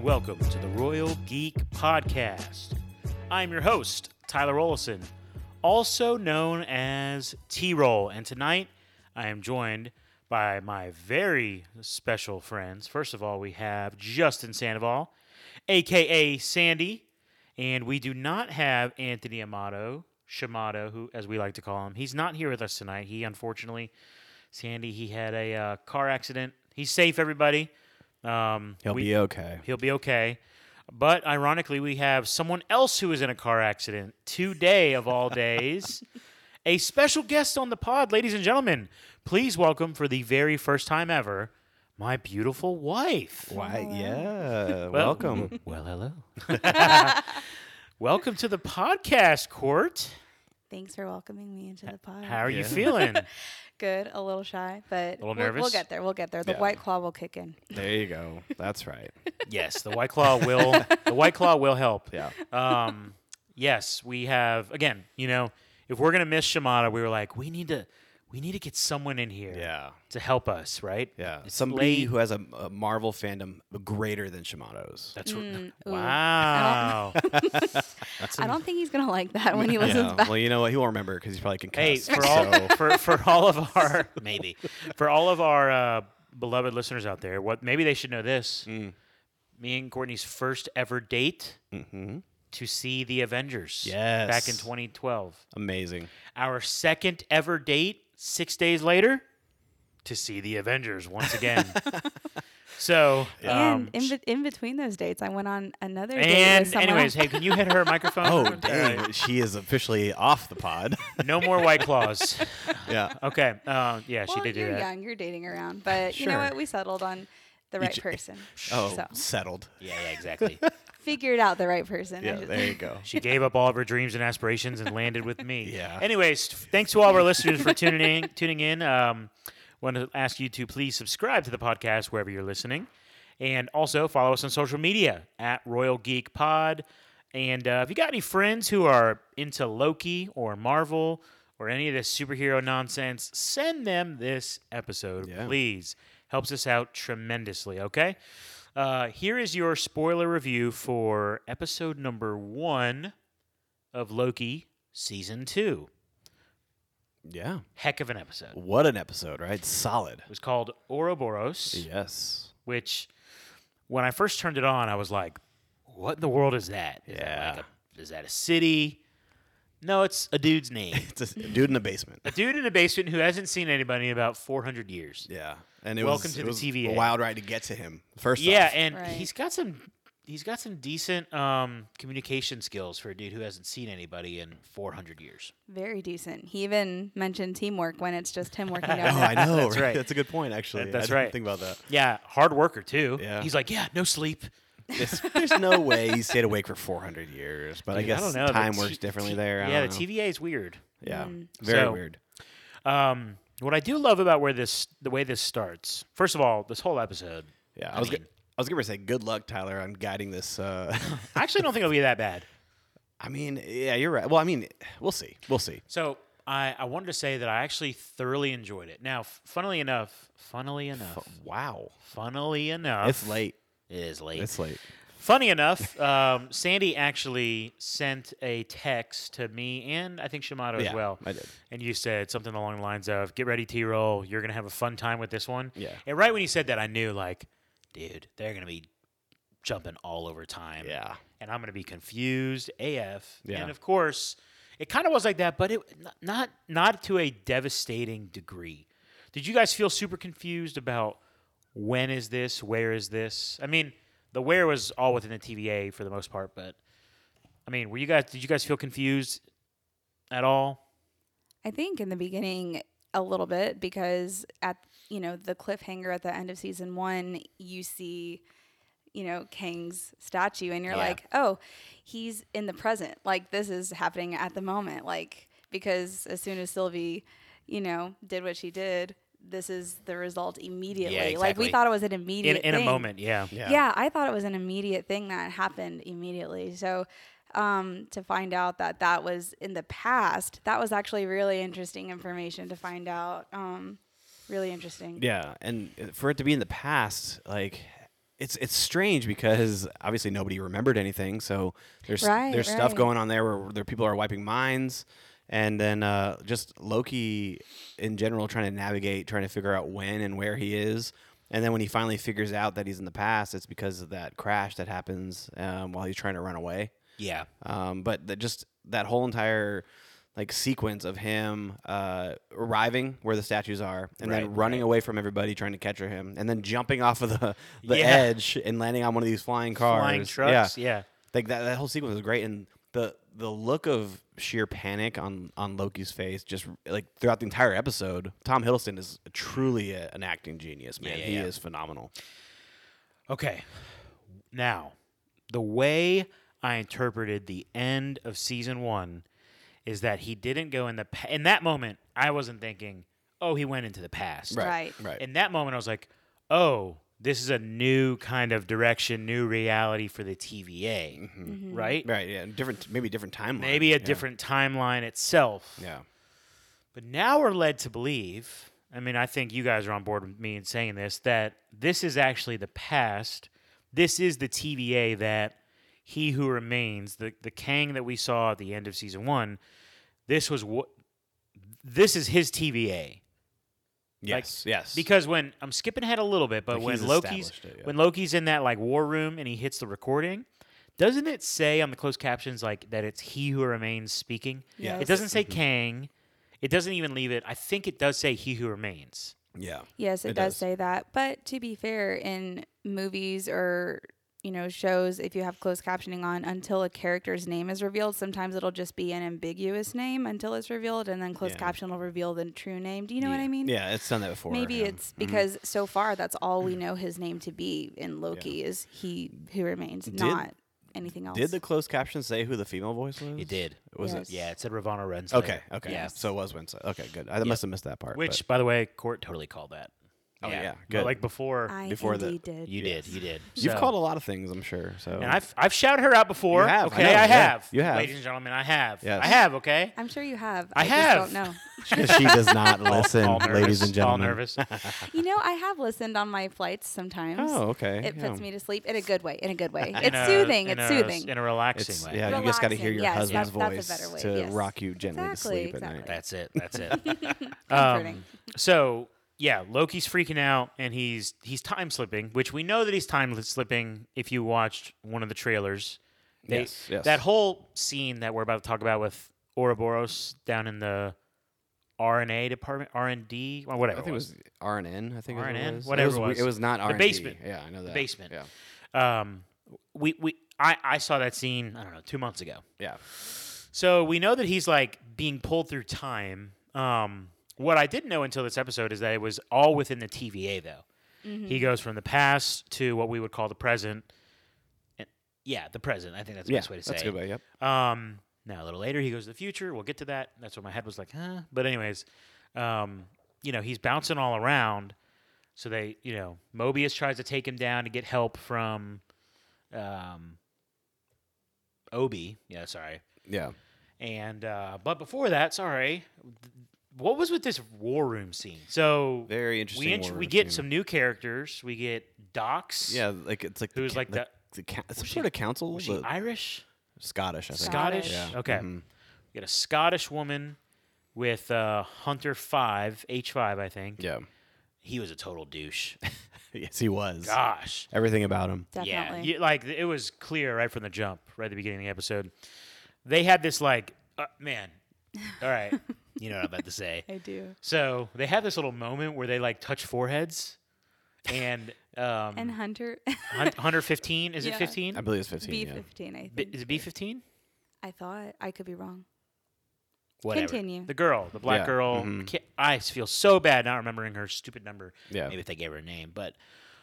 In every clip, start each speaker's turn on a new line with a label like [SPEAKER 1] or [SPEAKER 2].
[SPEAKER 1] Welcome to the Royal Geek Podcast. I'm your host, Tyler Olson, also known as T Roll. And tonight I am joined by my very special friends. First of all, we have Justin Sandoval, aka Sandy, and we do not have Anthony Amato, Shamato, who as we like to call him. He's not here with us tonight. He unfortunately, Sandy, he had a uh, car accident. He's safe, everybody. Um,
[SPEAKER 2] He'll
[SPEAKER 1] we-
[SPEAKER 2] be okay.
[SPEAKER 1] He'll be okay. But ironically, we have someone else who is in a car accident today, of all days. a special guest on the pod, ladies and gentlemen. Please welcome, for the very first time ever, my beautiful wife.
[SPEAKER 2] Why? Yeah. Welcome.
[SPEAKER 1] Well, hello. welcome to the podcast, Court.
[SPEAKER 3] Thanks for welcoming me into the pod.
[SPEAKER 1] How are you
[SPEAKER 2] Yeah.
[SPEAKER 1] feeling?
[SPEAKER 3] Good. A little shy, but
[SPEAKER 1] little
[SPEAKER 3] we'll, we'll
[SPEAKER 1] nervous?
[SPEAKER 3] get there. We'll get there. The
[SPEAKER 2] Yeah.
[SPEAKER 3] white claw will kick in.
[SPEAKER 2] There you go. That's right.
[SPEAKER 1] yes, the White Claw will. The White Claw will help.
[SPEAKER 2] Yeah.
[SPEAKER 1] um, yes, we have again. You know, if we're gonna miss Shimada, we were like, we need to, we need to get someone in here
[SPEAKER 2] Yeah.
[SPEAKER 1] to help us, right?
[SPEAKER 2] Yeah.
[SPEAKER 1] It's
[SPEAKER 2] Somebody
[SPEAKER 1] late.
[SPEAKER 2] who has a, a Marvel fandom greater than Shimano's.
[SPEAKER 1] That's r-
[SPEAKER 3] Mm, ooh.
[SPEAKER 1] wow.
[SPEAKER 3] I don't think he's gonna like that when he listens
[SPEAKER 2] Yeah.
[SPEAKER 3] back.
[SPEAKER 2] Well, you know what? He won't remember because he probably can
[SPEAKER 1] hey,
[SPEAKER 2] cuss.
[SPEAKER 1] for all
[SPEAKER 2] so-
[SPEAKER 1] for, for all of our maybe for all of our uh, beloved listeners out there, what maybe they should know this:
[SPEAKER 2] Mm.
[SPEAKER 1] me and Courtney's first ever date
[SPEAKER 2] Mhm.
[SPEAKER 1] to see the Avengers.
[SPEAKER 2] Yes.
[SPEAKER 1] back in 2012.
[SPEAKER 2] Amazing.
[SPEAKER 1] our second ever date six days later to see the Avengers once again. so, um,
[SPEAKER 3] and in, be- in between those dates, I went on another date with
[SPEAKER 1] and
[SPEAKER 3] someone.
[SPEAKER 1] anyways,
[SPEAKER 3] else.
[SPEAKER 1] hey, can you hit her microphone?
[SPEAKER 2] Oh,
[SPEAKER 1] All right.
[SPEAKER 2] dang. she is officially off the pod.
[SPEAKER 1] No more White Claws.
[SPEAKER 2] yeah.
[SPEAKER 1] Okay. Uh, yeah,
[SPEAKER 3] well,
[SPEAKER 1] she did do
[SPEAKER 3] you're
[SPEAKER 1] that.
[SPEAKER 3] young, you're dating around, but you know
[SPEAKER 1] Sure.
[SPEAKER 3] what? We settled on the right
[SPEAKER 2] ju-
[SPEAKER 3] person.
[SPEAKER 2] Oh,
[SPEAKER 3] So
[SPEAKER 2] settled.
[SPEAKER 1] Yeah, yeah, exactly.
[SPEAKER 3] figured out the right person. I
[SPEAKER 2] Yeah.
[SPEAKER 3] should
[SPEAKER 2] There
[SPEAKER 3] say.
[SPEAKER 2] you go.
[SPEAKER 1] she gave up all of her dreams and aspirations and landed with me.
[SPEAKER 2] Yeah.
[SPEAKER 1] Anyways, thanks to all of our listeners for tuning in. Tuning in. Um, want to ask you to please subscribe to the podcast wherever you're listening, and also follow us on social media at Royal Geek Pod. And uh, if you got any friends who are into Loki or Marvel or any of this superhero nonsense, send them this episode,
[SPEAKER 2] Yeah.
[SPEAKER 1] please. Helps us out tremendously. Okay. Uh, here is your spoiler review for episode number one of Loki season two.
[SPEAKER 2] Yeah.
[SPEAKER 1] Heck of an episode. It
[SPEAKER 2] What an episode, right? Solid.
[SPEAKER 1] was called Ouroboros,
[SPEAKER 2] Yes.
[SPEAKER 1] which when I first turned it on, I was like, what in the world is that? Is that, like a, is that a city? No, it's a dude's name.
[SPEAKER 2] It's a s- dude in the basement.
[SPEAKER 1] a dude in a basement who hasn't seen anybody in about 400 years.
[SPEAKER 2] Yeah. And it
[SPEAKER 1] Welcome
[SPEAKER 2] was,
[SPEAKER 1] to
[SPEAKER 2] it
[SPEAKER 1] the
[SPEAKER 2] was
[SPEAKER 1] TVA.
[SPEAKER 2] a wild ride to get to him. First
[SPEAKER 1] Yeah,
[SPEAKER 2] off.
[SPEAKER 1] and
[SPEAKER 3] Right.
[SPEAKER 1] he's got some he's got some decent um, communication skills for a dude who hasn't seen anybody in 400 years.
[SPEAKER 3] Very decent. He even mentioned teamwork when it's just him working out.
[SPEAKER 2] Oh, I know.
[SPEAKER 1] That's
[SPEAKER 2] right.
[SPEAKER 1] right.
[SPEAKER 2] That's a good point, actually.
[SPEAKER 1] That- that's
[SPEAKER 2] I didn't
[SPEAKER 1] right.
[SPEAKER 2] Think about that.
[SPEAKER 1] Yeah, hard worker too.
[SPEAKER 2] Yeah.
[SPEAKER 1] He's like, yeah, no sleep.
[SPEAKER 2] It's- there's no way he stayed awake for 400 years, but I
[SPEAKER 1] Dude,
[SPEAKER 2] guess
[SPEAKER 1] don't know, the
[SPEAKER 2] time
[SPEAKER 1] T-
[SPEAKER 2] works differently
[SPEAKER 1] T-
[SPEAKER 2] there. I
[SPEAKER 1] Yeah,
[SPEAKER 2] don't
[SPEAKER 1] the
[SPEAKER 2] know.
[SPEAKER 1] TVA is weird.
[SPEAKER 2] Yeah,
[SPEAKER 3] Mm.
[SPEAKER 2] very
[SPEAKER 1] So-
[SPEAKER 2] weird.
[SPEAKER 1] Um, what I do love about where this the way this starts. First of all, this whole episode.
[SPEAKER 2] Yeah, I,
[SPEAKER 1] I
[SPEAKER 2] was
[SPEAKER 1] mean-
[SPEAKER 2] go- I was gonna say good luck, Tyler, on guiding this. Uh,
[SPEAKER 1] I actually don't think it'll be that bad.
[SPEAKER 2] I mean, yeah, you're right. Well, I mean, we'll see. We'll see.
[SPEAKER 1] So I, I wanted to say that I actually thoroughly enjoyed it. Now, f- funnily enough, funnily enough,
[SPEAKER 2] Wow,
[SPEAKER 1] funnily enough,
[SPEAKER 2] it's late.
[SPEAKER 1] It is late.
[SPEAKER 2] It's late.
[SPEAKER 1] Funny enough, um, Sandy actually sent a text to me and I think Shimada
[SPEAKER 2] yeah,
[SPEAKER 1] as well.
[SPEAKER 2] I did.
[SPEAKER 1] And you said something along the lines of, get ready, T roll. You're going to have a fun time with this one.
[SPEAKER 2] Yeah.
[SPEAKER 1] And right when you said that, I knew, like, dude, they're going to be jumping all over time.
[SPEAKER 2] Yeah,
[SPEAKER 1] And I'm going to be confused AF.
[SPEAKER 2] Yeah.
[SPEAKER 1] And of course, it kind of was like that, but it n- not not to a devastating degree. Did you guys feel super confused about when is this, where is this? I mean, the where was all within the TVA for the most part, but I mean, were you guys did you guys feel confused at all?
[SPEAKER 3] I think in the beginning a little bit because at you know the cliffhanger at the end of season 1 you see you know Kang's statue and you're
[SPEAKER 1] Yeah.
[SPEAKER 3] like oh he's in the present like this is happening at the moment like because as soon as Sylvie you know did what she did this is the result immediately like
[SPEAKER 1] exactly.
[SPEAKER 3] we thought it was an
[SPEAKER 1] In,
[SPEAKER 3] immediate
[SPEAKER 1] in a
[SPEAKER 3] thing.
[SPEAKER 1] moment, yeah.
[SPEAKER 2] yeah,
[SPEAKER 3] Yeah, I thought it was an immediate thing that happened immediately. So um, to find out that that was in the past, that was actually really interesting information to find out. Um, really interesting.
[SPEAKER 2] Yeah, and uh, for it to be in the past, like it's it's strange because obviously nobody remembered anything. So there's
[SPEAKER 3] Right,
[SPEAKER 2] there's stuff
[SPEAKER 3] right.
[SPEAKER 2] going on there where there people are wiping minds, and then uh, just Loki in general trying to navigate, trying to figure out when and where he is. And then when he finally figures out that he's in the past, it's because of that crash that happens um, while he's trying to run away.
[SPEAKER 4] Yeah.
[SPEAKER 2] Um, but the, just that whole entire like sequence of him uh, arriving where the statues are, and then
[SPEAKER 4] Right,
[SPEAKER 2] running away from everybody trying to catch him, and then jumping off of the, the
[SPEAKER 1] Yeah.
[SPEAKER 2] edge and landing on one of these flying cars,
[SPEAKER 1] Flying trucks. Yeah.
[SPEAKER 2] like that, that whole sequence was great and the the look of sheer panic on on Loki's face just like throughout the entire episode Tom Hiddleston is truly a, an acting genius man
[SPEAKER 4] yeah,
[SPEAKER 2] he
[SPEAKER 4] yeah.
[SPEAKER 2] is phenomenal
[SPEAKER 1] Okay. Now, the way I interpreted the end of season one is that he didn't go in the pa- in that moment. I wasn't thinking, oh, he went into the past.
[SPEAKER 3] Right.
[SPEAKER 2] right
[SPEAKER 1] In that moment, I was like, oh, this is a new kind of direction, new reality for the TVA, right?
[SPEAKER 2] right yeah different maybe different timeline
[SPEAKER 1] Maybe a
[SPEAKER 2] Yeah.
[SPEAKER 1] different timeline itself.
[SPEAKER 2] yeah
[SPEAKER 1] But now we're led to believe, I mean, I think you guys are on board with me in saying this, that this is actually the past. This is the TVA that he who remains, the, the Kang that we saw at the end of season one, this was what this is his TVA.
[SPEAKER 2] yes yes
[SPEAKER 1] Because when I'm skipping ahead a little bit, but
[SPEAKER 2] Like,
[SPEAKER 1] when
[SPEAKER 2] he's
[SPEAKER 1] Loki's
[SPEAKER 2] established it, yeah.
[SPEAKER 1] when Loki's in that like war room and he hits the recording, doesn't it say on the closed captions like that it's he who remains speaking?
[SPEAKER 2] Yeah.
[SPEAKER 1] It doesn't say Kang. It doesn't even leave it. I think it does say he who remains.
[SPEAKER 2] yeah
[SPEAKER 3] Yes, it,
[SPEAKER 2] It
[SPEAKER 3] does.
[SPEAKER 2] does.
[SPEAKER 3] say that. But to be fair, in movies or you know shows, if you have closed captioning on, until a character's name is revealed, sometimes it'll just be an ambiguous name until it's revealed, and then closed
[SPEAKER 2] Yeah.
[SPEAKER 3] caption will reveal the true name. Do you know what
[SPEAKER 2] Yeah.
[SPEAKER 3] I mean?
[SPEAKER 2] yeah it's done that before
[SPEAKER 3] Maybe
[SPEAKER 2] yeah.
[SPEAKER 3] it's
[SPEAKER 1] Mm-hmm.
[SPEAKER 3] because so far that's all we know his name to be in Loki is he who remains, not anything else.
[SPEAKER 2] did the closed caption say who the female voice was
[SPEAKER 4] It did.
[SPEAKER 2] was
[SPEAKER 3] Yes.
[SPEAKER 2] it
[SPEAKER 1] Yeah, it said Ravonna Renslayer.
[SPEAKER 2] okay okay
[SPEAKER 4] Yeah.
[SPEAKER 2] so it was Wednesday okay good I must have missed that part
[SPEAKER 1] Which, by the way, court totally
[SPEAKER 4] Totally called that.
[SPEAKER 2] but, oh yeah,
[SPEAKER 1] but,
[SPEAKER 2] good
[SPEAKER 1] like before,
[SPEAKER 3] I
[SPEAKER 2] before the-
[SPEAKER 3] indeed did.
[SPEAKER 4] You did. You did.
[SPEAKER 2] you've
[SPEAKER 1] so-
[SPEAKER 2] called a lot of things I'm sure so
[SPEAKER 1] and I've I've shouted her out before.
[SPEAKER 2] You have, I
[SPEAKER 1] okay,
[SPEAKER 2] know,
[SPEAKER 1] I
[SPEAKER 2] yeah.
[SPEAKER 1] have.
[SPEAKER 2] You have.
[SPEAKER 1] ladies and gentlemen, I have.
[SPEAKER 2] Yes.
[SPEAKER 1] I have. Okay.
[SPEAKER 3] I'm sure you have.
[SPEAKER 1] I
[SPEAKER 3] Just don't
[SPEAKER 1] have.
[SPEAKER 3] know.
[SPEAKER 2] Because she does not listen,
[SPEAKER 1] all nervous,
[SPEAKER 2] ladies and gentlemen.
[SPEAKER 1] All nervous.
[SPEAKER 3] You know, I have listened on my flights sometimes.
[SPEAKER 2] Oh, okay.
[SPEAKER 3] It
[SPEAKER 2] yeah.
[SPEAKER 3] puts me to sleep in a good way. In a good way.
[SPEAKER 1] In
[SPEAKER 3] It's
[SPEAKER 1] a-
[SPEAKER 3] soothing.
[SPEAKER 1] in a-
[SPEAKER 3] It's soothing.
[SPEAKER 1] In a relaxing
[SPEAKER 2] It's,
[SPEAKER 1] way.
[SPEAKER 2] yeah, you just got to hear
[SPEAKER 3] Relaxing.
[SPEAKER 2] your
[SPEAKER 3] Yes,
[SPEAKER 2] husband's
[SPEAKER 3] that's-
[SPEAKER 2] voice
[SPEAKER 3] that's a better
[SPEAKER 2] to
[SPEAKER 3] way, yes.
[SPEAKER 2] rock you gently
[SPEAKER 3] Exactly,
[SPEAKER 2] to sleep at
[SPEAKER 3] exactly.
[SPEAKER 2] night.
[SPEAKER 4] That's it. That's it.
[SPEAKER 3] Comforting.
[SPEAKER 1] Um, So yeah, Loki's freaking out and he's he's time slipping, which we know that he's time slipping. If you watched one of the trailers, They-
[SPEAKER 2] Yes, yes.
[SPEAKER 1] that whole scene that we're about to talk about with Ouroboros down in the RNA department, R and D, or whatever.
[SPEAKER 2] I think it was RNN. I think is what
[SPEAKER 1] RNN?
[SPEAKER 2] it was.
[SPEAKER 1] Whatever
[SPEAKER 2] it was.
[SPEAKER 1] it
[SPEAKER 2] we-
[SPEAKER 1] was.
[SPEAKER 2] It was not
[SPEAKER 1] The
[SPEAKER 2] RND.
[SPEAKER 1] basement.
[SPEAKER 2] Yeah, I know that.
[SPEAKER 1] basement.
[SPEAKER 2] Yeah,
[SPEAKER 1] Um, we we I I saw that scene. I don't know, two months ago.
[SPEAKER 2] yeah.
[SPEAKER 1] So we know that he's like being pulled through time. Um, what I didn't know until this episode is that it was all within the TVA, though. He goes from the past to what we would call the present. And- Yeah, the present. I think that's the
[SPEAKER 2] Yeah,
[SPEAKER 1] best way to say
[SPEAKER 2] that's a
[SPEAKER 1] it.
[SPEAKER 2] good way. Yep.
[SPEAKER 1] Um, now a little later, he goes to the future. We'll get to that. That's where my head was like, huh. But anyways, um, you know, he's bouncing all around. So they, you know, Mobius tries to take him down to get help from, um, Obi. Yeah, sorry.
[SPEAKER 2] Yeah.
[SPEAKER 1] And uh, but before that, sorry, what was with this war room scene? So
[SPEAKER 2] Very interesting.
[SPEAKER 1] we int-
[SPEAKER 2] war
[SPEAKER 1] we
[SPEAKER 2] room
[SPEAKER 1] get
[SPEAKER 2] scene.
[SPEAKER 1] some new characters. We get Docs.
[SPEAKER 2] Yeah, like it's like
[SPEAKER 1] Who's
[SPEAKER 2] the, ca-
[SPEAKER 1] like
[SPEAKER 2] the, the ca- some sort of council.
[SPEAKER 1] Was she
[SPEAKER 2] the-
[SPEAKER 1] Irish?
[SPEAKER 2] Scottish, I think.
[SPEAKER 1] Scottish.
[SPEAKER 2] Yeah. Mm-hmm.
[SPEAKER 1] Okay. We got a Scottish woman with uh, Hunter Five H Five, I think.
[SPEAKER 2] Yeah.
[SPEAKER 4] He was a total douche.
[SPEAKER 2] Yes, he was.
[SPEAKER 1] Gosh.
[SPEAKER 2] Everything about him.
[SPEAKER 3] Definitely.
[SPEAKER 1] Yeah, you- like it was clear right from the jump, right at the beginning of the episode. They had this like, uh, man. All right.
[SPEAKER 4] You know what I'm about to say.
[SPEAKER 3] I do.
[SPEAKER 1] so they had this little moment where they like touch foreheads, and um,
[SPEAKER 3] And Hunter
[SPEAKER 1] Hun- Hunter 15. Is it
[SPEAKER 3] Yeah.
[SPEAKER 1] 15?
[SPEAKER 2] I believe it's 15.
[SPEAKER 3] B
[SPEAKER 2] yeah.
[SPEAKER 3] fifteen, I
[SPEAKER 1] B-
[SPEAKER 3] think.
[SPEAKER 1] is it B15?
[SPEAKER 3] I thought I could be wrong.
[SPEAKER 4] Whatever.
[SPEAKER 3] Continue.
[SPEAKER 1] The girl, the black
[SPEAKER 2] Yeah, mm-hmm.
[SPEAKER 1] girl. Ki- I feel so bad not remembering her stupid number.
[SPEAKER 2] Yeah.
[SPEAKER 4] Maybe if they gave her a name, but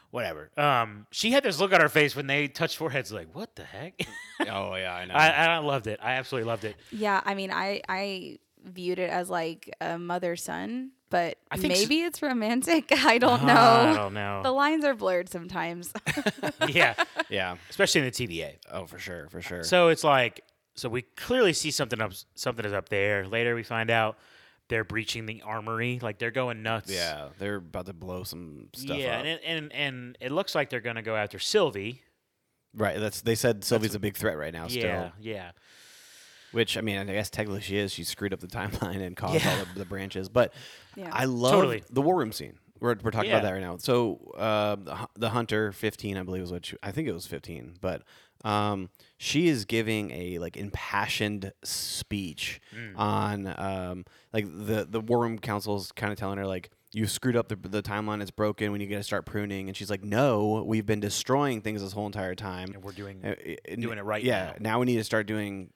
[SPEAKER 4] whatever.
[SPEAKER 1] Um, she had this look on her face when they touched foreheads, like, what the heck?
[SPEAKER 2] Oh yeah, I know.
[SPEAKER 1] I, I loved it. I absolutely loved it.
[SPEAKER 3] yeah, I mean I I viewed it as like a mother son, but
[SPEAKER 1] I think s-
[SPEAKER 3] maybe it's romantic. I don't know.
[SPEAKER 1] I don't
[SPEAKER 3] The
[SPEAKER 1] know.
[SPEAKER 3] lines are blurred sometimes.
[SPEAKER 1] yeah,
[SPEAKER 2] yeah.
[SPEAKER 1] especially in the TVA.
[SPEAKER 2] Oh, for sure, for sure.
[SPEAKER 1] So it's like, so we clearly see something up, something is up there. Later we find out they're breaching the armory, like they're going nuts.
[SPEAKER 2] Yeah, they're about to blow some stuff
[SPEAKER 1] yeah,
[SPEAKER 2] up.
[SPEAKER 1] and it, and and it looks like they're gonna go after Sylvie.
[SPEAKER 2] right. That's they said Sylvie's a big threat right now.
[SPEAKER 1] yeah,
[SPEAKER 2] Still,
[SPEAKER 1] yeah,
[SPEAKER 2] which I mean, I guess technically she is. She screwed up the timeline and caused
[SPEAKER 1] Yeah.
[SPEAKER 2] all the, the branches. But
[SPEAKER 3] Yeah.
[SPEAKER 2] I love
[SPEAKER 1] Totally.
[SPEAKER 2] the war room scene. We're, we're talking
[SPEAKER 1] Yeah.
[SPEAKER 2] about that right now. So uh, the, hu- the hunter, fifteen, I believe, is what she, I think it was fifteen, but um, she is giving a like impassioned speech
[SPEAKER 1] Mm.
[SPEAKER 2] on um, like the the war room council's kind of telling her like you screwed up the, the timeline it's broken when you got to start pruning and she's like no we've been destroying things this whole entire time
[SPEAKER 1] and we're doing
[SPEAKER 2] uh, i- i-
[SPEAKER 1] doing it right
[SPEAKER 2] Yeah, now. we need to start doing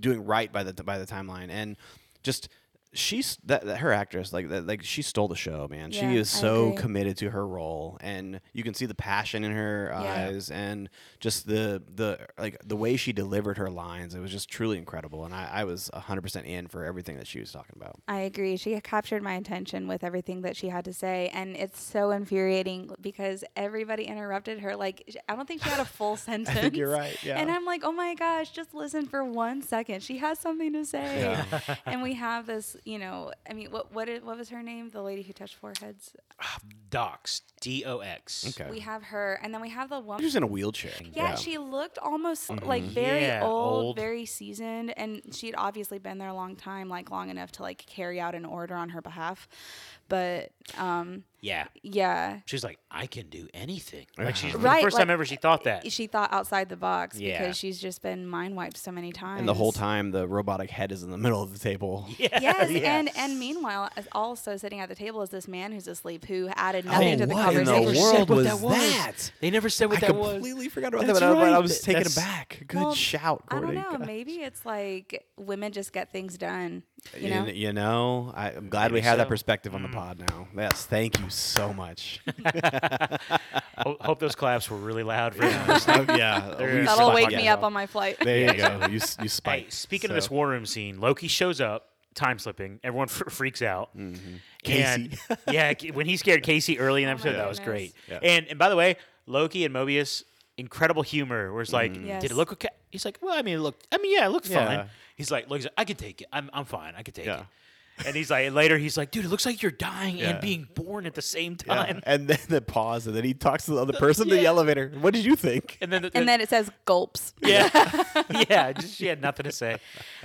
[SPEAKER 2] doing right by the by the timeline and just she's that, that her actress like that, like she stole the show man
[SPEAKER 3] Yeah,
[SPEAKER 2] she is
[SPEAKER 3] I
[SPEAKER 2] so
[SPEAKER 3] agree.
[SPEAKER 2] committed to her role and you can see the passion in her
[SPEAKER 3] Yeah.
[SPEAKER 2] eyes and just the the like the way she delivered her lines it was just truly incredible and i, I was 100% in for everything that she was talking about
[SPEAKER 3] I agree. She captured my attention with everything that she had to say, and it's so infuriating because everybody interrupted her. Like, sh- I don't think she had a full sentence.
[SPEAKER 2] right
[SPEAKER 3] And I'm like, oh my gosh, just listen for one second. She has something to say. and we have this, you know, I mean, what what is, what was her name? The lady who touched foreheads.
[SPEAKER 4] Docs. D O X.
[SPEAKER 2] okay
[SPEAKER 3] We have her, and then we have the woman.
[SPEAKER 2] she's in a wheelchair
[SPEAKER 3] Yeah, she looked almost like
[SPEAKER 2] Mm-hmm.
[SPEAKER 3] very
[SPEAKER 1] Yeah,
[SPEAKER 3] old,
[SPEAKER 1] old.
[SPEAKER 3] very seasoned, and she'd obviously been there a long time, like long enough to like carry out an order on her behalf. But um,
[SPEAKER 4] Yeah.
[SPEAKER 3] yeah,
[SPEAKER 4] She's like, I can do anything.
[SPEAKER 1] like she's
[SPEAKER 3] Right,
[SPEAKER 1] the first
[SPEAKER 3] like,
[SPEAKER 1] time ever she thought that.
[SPEAKER 3] she thought outside the box
[SPEAKER 4] Yeah.
[SPEAKER 3] because she's just been mind wiped so many times.
[SPEAKER 2] and the whole time the robotic head is in the middle of the table
[SPEAKER 3] Yes,
[SPEAKER 1] Yeah.
[SPEAKER 3] and and meanwhile, as- also sitting at the table is this man who's asleep who added nothing to the
[SPEAKER 2] Oh, what in the
[SPEAKER 3] conversation.
[SPEAKER 2] world was that?
[SPEAKER 4] They never said what
[SPEAKER 2] I
[SPEAKER 4] that was.
[SPEAKER 2] completely forgot about
[SPEAKER 4] That's
[SPEAKER 2] that. But I- but I
[SPEAKER 4] right.
[SPEAKER 2] was taken
[SPEAKER 4] That's-
[SPEAKER 2] aback. Good
[SPEAKER 3] Well,
[SPEAKER 2] shout,
[SPEAKER 3] I
[SPEAKER 2] Courtney.
[SPEAKER 3] don't know.
[SPEAKER 2] God.
[SPEAKER 3] Maybe it's like women just get things done. You
[SPEAKER 2] You
[SPEAKER 3] know,
[SPEAKER 2] kn- you know, I, am glad we
[SPEAKER 1] Maybe
[SPEAKER 2] have
[SPEAKER 1] so.
[SPEAKER 2] that perspective on the pod now. Yes, thank you so much.
[SPEAKER 1] Ho- hope those claps were really loud for him.
[SPEAKER 2] yeah,
[SPEAKER 1] you
[SPEAKER 3] that'll
[SPEAKER 1] spiked
[SPEAKER 3] wake
[SPEAKER 1] it.
[SPEAKER 3] me up on my flight.
[SPEAKER 2] There you go. You s- you
[SPEAKER 1] Hey,
[SPEAKER 2] spike.
[SPEAKER 1] speaking of this war room scene, Loki shows up, time slipping. Everyone f- freaks out.
[SPEAKER 2] Mm-hmm. Casey.
[SPEAKER 1] And yeah, c- when he scared Casey early in the
[SPEAKER 3] Oh my
[SPEAKER 1] episode, that was
[SPEAKER 3] goodness.
[SPEAKER 1] great.
[SPEAKER 2] Yeah.
[SPEAKER 1] And and by the way, Loki and Mobius, incredible humor. Where it's like,
[SPEAKER 3] Mm-hmm. Yes.
[SPEAKER 1] did it look okay? He's like, well, I mean, it looked. I mean, yeah, it looked
[SPEAKER 2] Yeah.
[SPEAKER 1] fine. He's like, Loki's like, I could take it. I'm, I'm fine. I could take
[SPEAKER 2] Yeah.
[SPEAKER 1] it. And he's like, and later he's like, dude, it looks like you're dying
[SPEAKER 2] Yeah.
[SPEAKER 1] and being born at the same
[SPEAKER 2] Yeah.
[SPEAKER 1] time.
[SPEAKER 2] And then the pause, and then he talks to the other person in the elevator. What did you think?
[SPEAKER 1] And then, the,
[SPEAKER 3] And
[SPEAKER 1] the-
[SPEAKER 3] then it says gulps.
[SPEAKER 1] yeah, yeah, just she had nothing to say.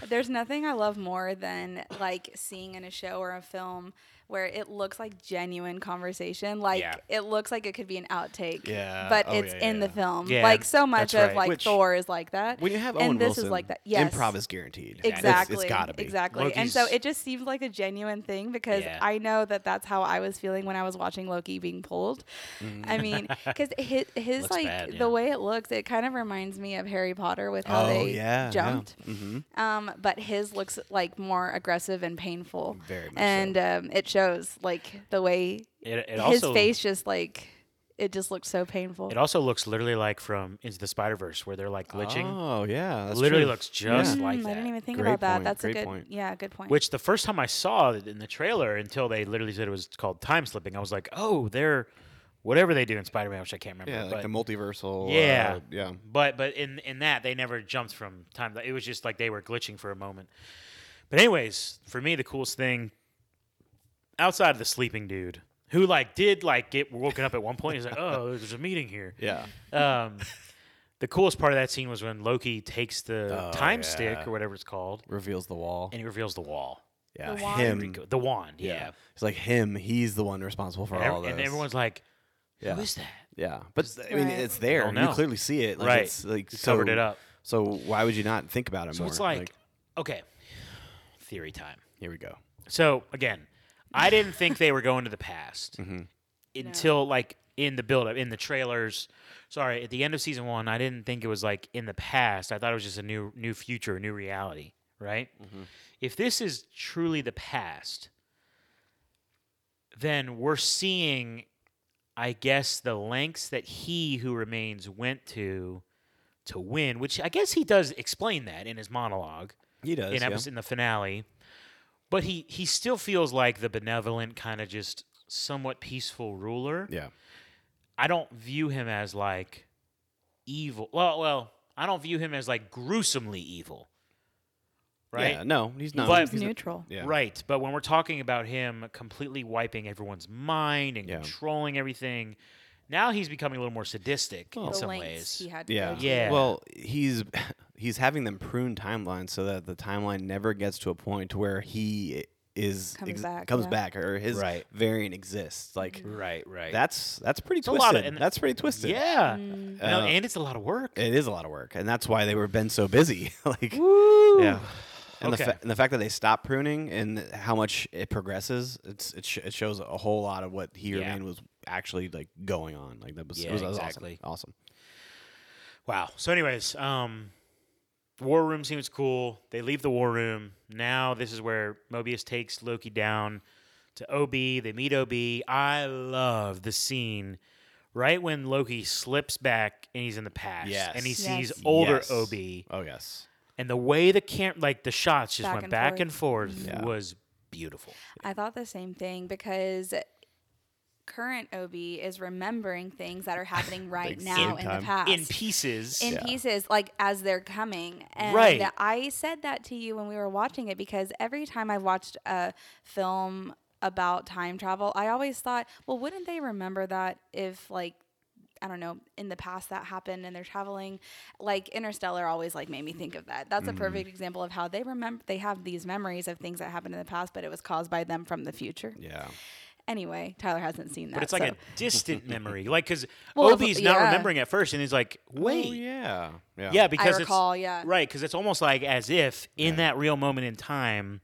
[SPEAKER 3] There's nothing I love more than like seeing in a show or a film where it looks like genuine conversation. Like
[SPEAKER 1] Yeah.
[SPEAKER 3] it looks like it could be an outtake.
[SPEAKER 2] Yeah.
[SPEAKER 3] But
[SPEAKER 2] Oh,
[SPEAKER 3] it's
[SPEAKER 2] yeah, yeah,
[SPEAKER 3] in the
[SPEAKER 2] yeah.
[SPEAKER 3] film.
[SPEAKER 1] Yeah,
[SPEAKER 3] like so much
[SPEAKER 1] that's
[SPEAKER 3] of
[SPEAKER 1] right.
[SPEAKER 3] like
[SPEAKER 2] Which-
[SPEAKER 3] Thor is like that.
[SPEAKER 2] When you have
[SPEAKER 3] and
[SPEAKER 2] Owen
[SPEAKER 3] this
[SPEAKER 2] Wilson,
[SPEAKER 3] is like that. Yes.
[SPEAKER 2] improv is guaranteed.
[SPEAKER 3] Exactly.
[SPEAKER 2] it's got to be.
[SPEAKER 3] Exactly. and so
[SPEAKER 1] Loki's-
[SPEAKER 3] it just seemed like a genuine thing because
[SPEAKER 4] Yeah.
[SPEAKER 3] I know that that's how I was feeling when I was watching Loki being pulled.
[SPEAKER 2] Mm.
[SPEAKER 3] I mean, because his, his
[SPEAKER 4] Looks
[SPEAKER 3] like
[SPEAKER 4] bad, yeah.
[SPEAKER 3] the way it looks, it kind of reminds me of Harry Potter with how
[SPEAKER 2] Oh,
[SPEAKER 3] they
[SPEAKER 2] yeah, Mm-hmm. yeah.
[SPEAKER 3] jumped. Um, but his looks like more aggressive and painful.
[SPEAKER 2] Very
[SPEAKER 1] Mm,
[SPEAKER 2] much so.
[SPEAKER 3] And um, it shows like the way
[SPEAKER 1] It, it
[SPEAKER 3] his
[SPEAKER 1] also,
[SPEAKER 3] face just like it just looks so painful.
[SPEAKER 1] It also looks literally like from Into the Spider Verse, where they're like glitching.
[SPEAKER 2] Oh yeah, that's
[SPEAKER 1] literally
[SPEAKER 2] true.
[SPEAKER 1] looks just
[SPEAKER 3] Mm,
[SPEAKER 1] like
[SPEAKER 3] I
[SPEAKER 1] that.
[SPEAKER 3] didn't even think
[SPEAKER 2] Great
[SPEAKER 3] about that.
[SPEAKER 2] point,
[SPEAKER 3] That's a
[SPEAKER 2] great
[SPEAKER 3] good
[SPEAKER 2] point.
[SPEAKER 3] yeah, good point.
[SPEAKER 1] Which the first time I saw it in the trailer, until they literally said it was called time slipping, I was like, oh, they're whatever they do in Spider Man, which I can't remember.
[SPEAKER 2] Yeah,
[SPEAKER 1] but,
[SPEAKER 2] like the multiversal.
[SPEAKER 1] yeah,
[SPEAKER 2] uh, yeah.
[SPEAKER 1] But but in in that they never jumped from time. It was just like they were glitching for a moment. But anyways, for me the coolest thing outside of the sleeping dude who like did like get woken up at one point. He's like, oh, there's a meeting here.
[SPEAKER 2] Yeah.
[SPEAKER 1] Um, the coolest part of that scene was when Loki takes the
[SPEAKER 2] Oh,
[SPEAKER 1] time
[SPEAKER 2] yeah.
[SPEAKER 1] stick or whatever it's called,
[SPEAKER 2] Reveals the wall.
[SPEAKER 1] and he reveals the wall.
[SPEAKER 2] Yeah,
[SPEAKER 3] The wand.
[SPEAKER 2] him.
[SPEAKER 1] The wand, yeah.
[SPEAKER 2] Yeah. It's like him. He's the one responsible for
[SPEAKER 1] And, ev-
[SPEAKER 2] all this.
[SPEAKER 1] and everyone's like, "Who is
[SPEAKER 2] Yeah.
[SPEAKER 1] that?"
[SPEAKER 2] Yeah, but I mean,
[SPEAKER 3] Right.
[SPEAKER 2] it's
[SPEAKER 1] I
[SPEAKER 2] there.
[SPEAKER 1] don't
[SPEAKER 2] You
[SPEAKER 1] know.
[SPEAKER 2] clearly see it. Like,
[SPEAKER 1] Right.
[SPEAKER 2] It's like
[SPEAKER 1] They
[SPEAKER 2] so,
[SPEAKER 1] covered it up.
[SPEAKER 2] So why would you not think about it
[SPEAKER 1] So
[SPEAKER 2] more?
[SPEAKER 1] it's like, okay.
[SPEAKER 4] Theory time.
[SPEAKER 2] here we go.
[SPEAKER 1] So again, I didn't think they were going to the past
[SPEAKER 2] Mm-hmm.
[SPEAKER 1] until like in the build up, in the trailers. Sorry, at the end of season one, I didn't think it was like in the past. I thought it was just a new new future, a new reality, right? If this is truly the past, then we're seeing, I guess, the lengths that he who remains went to to win, which I guess he does explain that in his monologue
[SPEAKER 2] He does.
[SPEAKER 1] in episode, in the finale. But he he still feels like the benevolent kind of just somewhat peaceful ruler.
[SPEAKER 2] yeah.
[SPEAKER 1] I don't view him as like evil. Well, well, I don't view him as like gruesomely evil. right?
[SPEAKER 2] Yeah, no, he's not.
[SPEAKER 1] But-
[SPEAKER 2] He's
[SPEAKER 3] It's
[SPEAKER 2] not-
[SPEAKER 3] neutral.
[SPEAKER 2] yeah.
[SPEAKER 1] Right. But when we're talking about him completely wiping everyone's mind and
[SPEAKER 2] Yeah.
[SPEAKER 1] controlling everything, now he's becoming a little more sadistic
[SPEAKER 2] Well,
[SPEAKER 1] in
[SPEAKER 3] the
[SPEAKER 1] some
[SPEAKER 3] lengths
[SPEAKER 1] ways.
[SPEAKER 3] he had to
[SPEAKER 2] Yeah.
[SPEAKER 3] go to.
[SPEAKER 1] Yeah.
[SPEAKER 2] Well, he's he's having them prune timelines so that the timeline never gets to a point where he is
[SPEAKER 3] Comes
[SPEAKER 2] ex-
[SPEAKER 3] back,
[SPEAKER 2] comes
[SPEAKER 3] yeah. Mm-hmm.
[SPEAKER 2] back or his
[SPEAKER 4] Right.
[SPEAKER 2] variant exists. Like
[SPEAKER 4] Right, right.
[SPEAKER 2] that's that's pretty
[SPEAKER 1] a
[SPEAKER 2] twisted.
[SPEAKER 1] lot of- and-
[SPEAKER 2] that's pretty twisted.
[SPEAKER 1] yeah.
[SPEAKER 3] Mm.
[SPEAKER 1] No,
[SPEAKER 2] Uh,
[SPEAKER 1] and it's a lot of work.
[SPEAKER 2] It is a lot of work, and that's why they were been so busy. like, yeah, and,
[SPEAKER 1] Okay.
[SPEAKER 2] the fa- and the fact that they stopped pruning and how much it progresses, it's it, sh- it shows a whole lot of what he
[SPEAKER 4] Yeah.
[SPEAKER 2] remained was actually like going on. Like that was, it
[SPEAKER 4] Yeah,
[SPEAKER 2] was, that was
[SPEAKER 4] exactly.
[SPEAKER 2] awesome.
[SPEAKER 1] Wow. So, anyways, um, war room seems cool. They leave the war room. Now this is where Mobius takes Loki down to Ob. They meet Ob. I love the scene right when Loki slips back and he's in the past,
[SPEAKER 2] Yes.
[SPEAKER 1] and he
[SPEAKER 2] Yes.
[SPEAKER 1] sees older
[SPEAKER 2] Yes.
[SPEAKER 1] Ob,
[SPEAKER 2] Awesome. Oh yes,
[SPEAKER 1] and the way the cam like the shots just
[SPEAKER 3] Back
[SPEAKER 1] went
[SPEAKER 3] and
[SPEAKER 1] back
[SPEAKER 3] forth.
[SPEAKER 1] and forth
[SPEAKER 2] Yeah.
[SPEAKER 1] was beautiful.
[SPEAKER 3] I thought the same thing because current OB is remembering things that are happening right
[SPEAKER 2] Same
[SPEAKER 3] now in
[SPEAKER 2] time.
[SPEAKER 3] the past.
[SPEAKER 1] In pieces,
[SPEAKER 3] in pieces, like as they're coming. And
[SPEAKER 1] Right.
[SPEAKER 3] I said that to you when we were watching it because every time I watched a film about time travel, I always thought, well, wouldn't they remember that if like I don't know, in the past that happened and they're traveling. Like Interstellar always like made me think of that.
[SPEAKER 1] Mm.
[SPEAKER 3] That's a perfect example of how they remember they have these memories of things that happened in the past, but it was caused by them from the future.
[SPEAKER 2] yeah.
[SPEAKER 3] Anyway, Tyler hasn't seen that.
[SPEAKER 1] but it's like
[SPEAKER 3] so-
[SPEAKER 1] a distant memory, like because
[SPEAKER 3] Well, if-
[SPEAKER 1] Obi's not
[SPEAKER 3] yeah.
[SPEAKER 1] remembering at first, and he's like, "Wait,
[SPEAKER 2] Oh, yeah, yeah,
[SPEAKER 1] Yeah, because
[SPEAKER 3] recall,
[SPEAKER 1] it's
[SPEAKER 3] yeah.
[SPEAKER 1] right because it's almost like as if in
[SPEAKER 2] Yeah.
[SPEAKER 1] that real moment in time.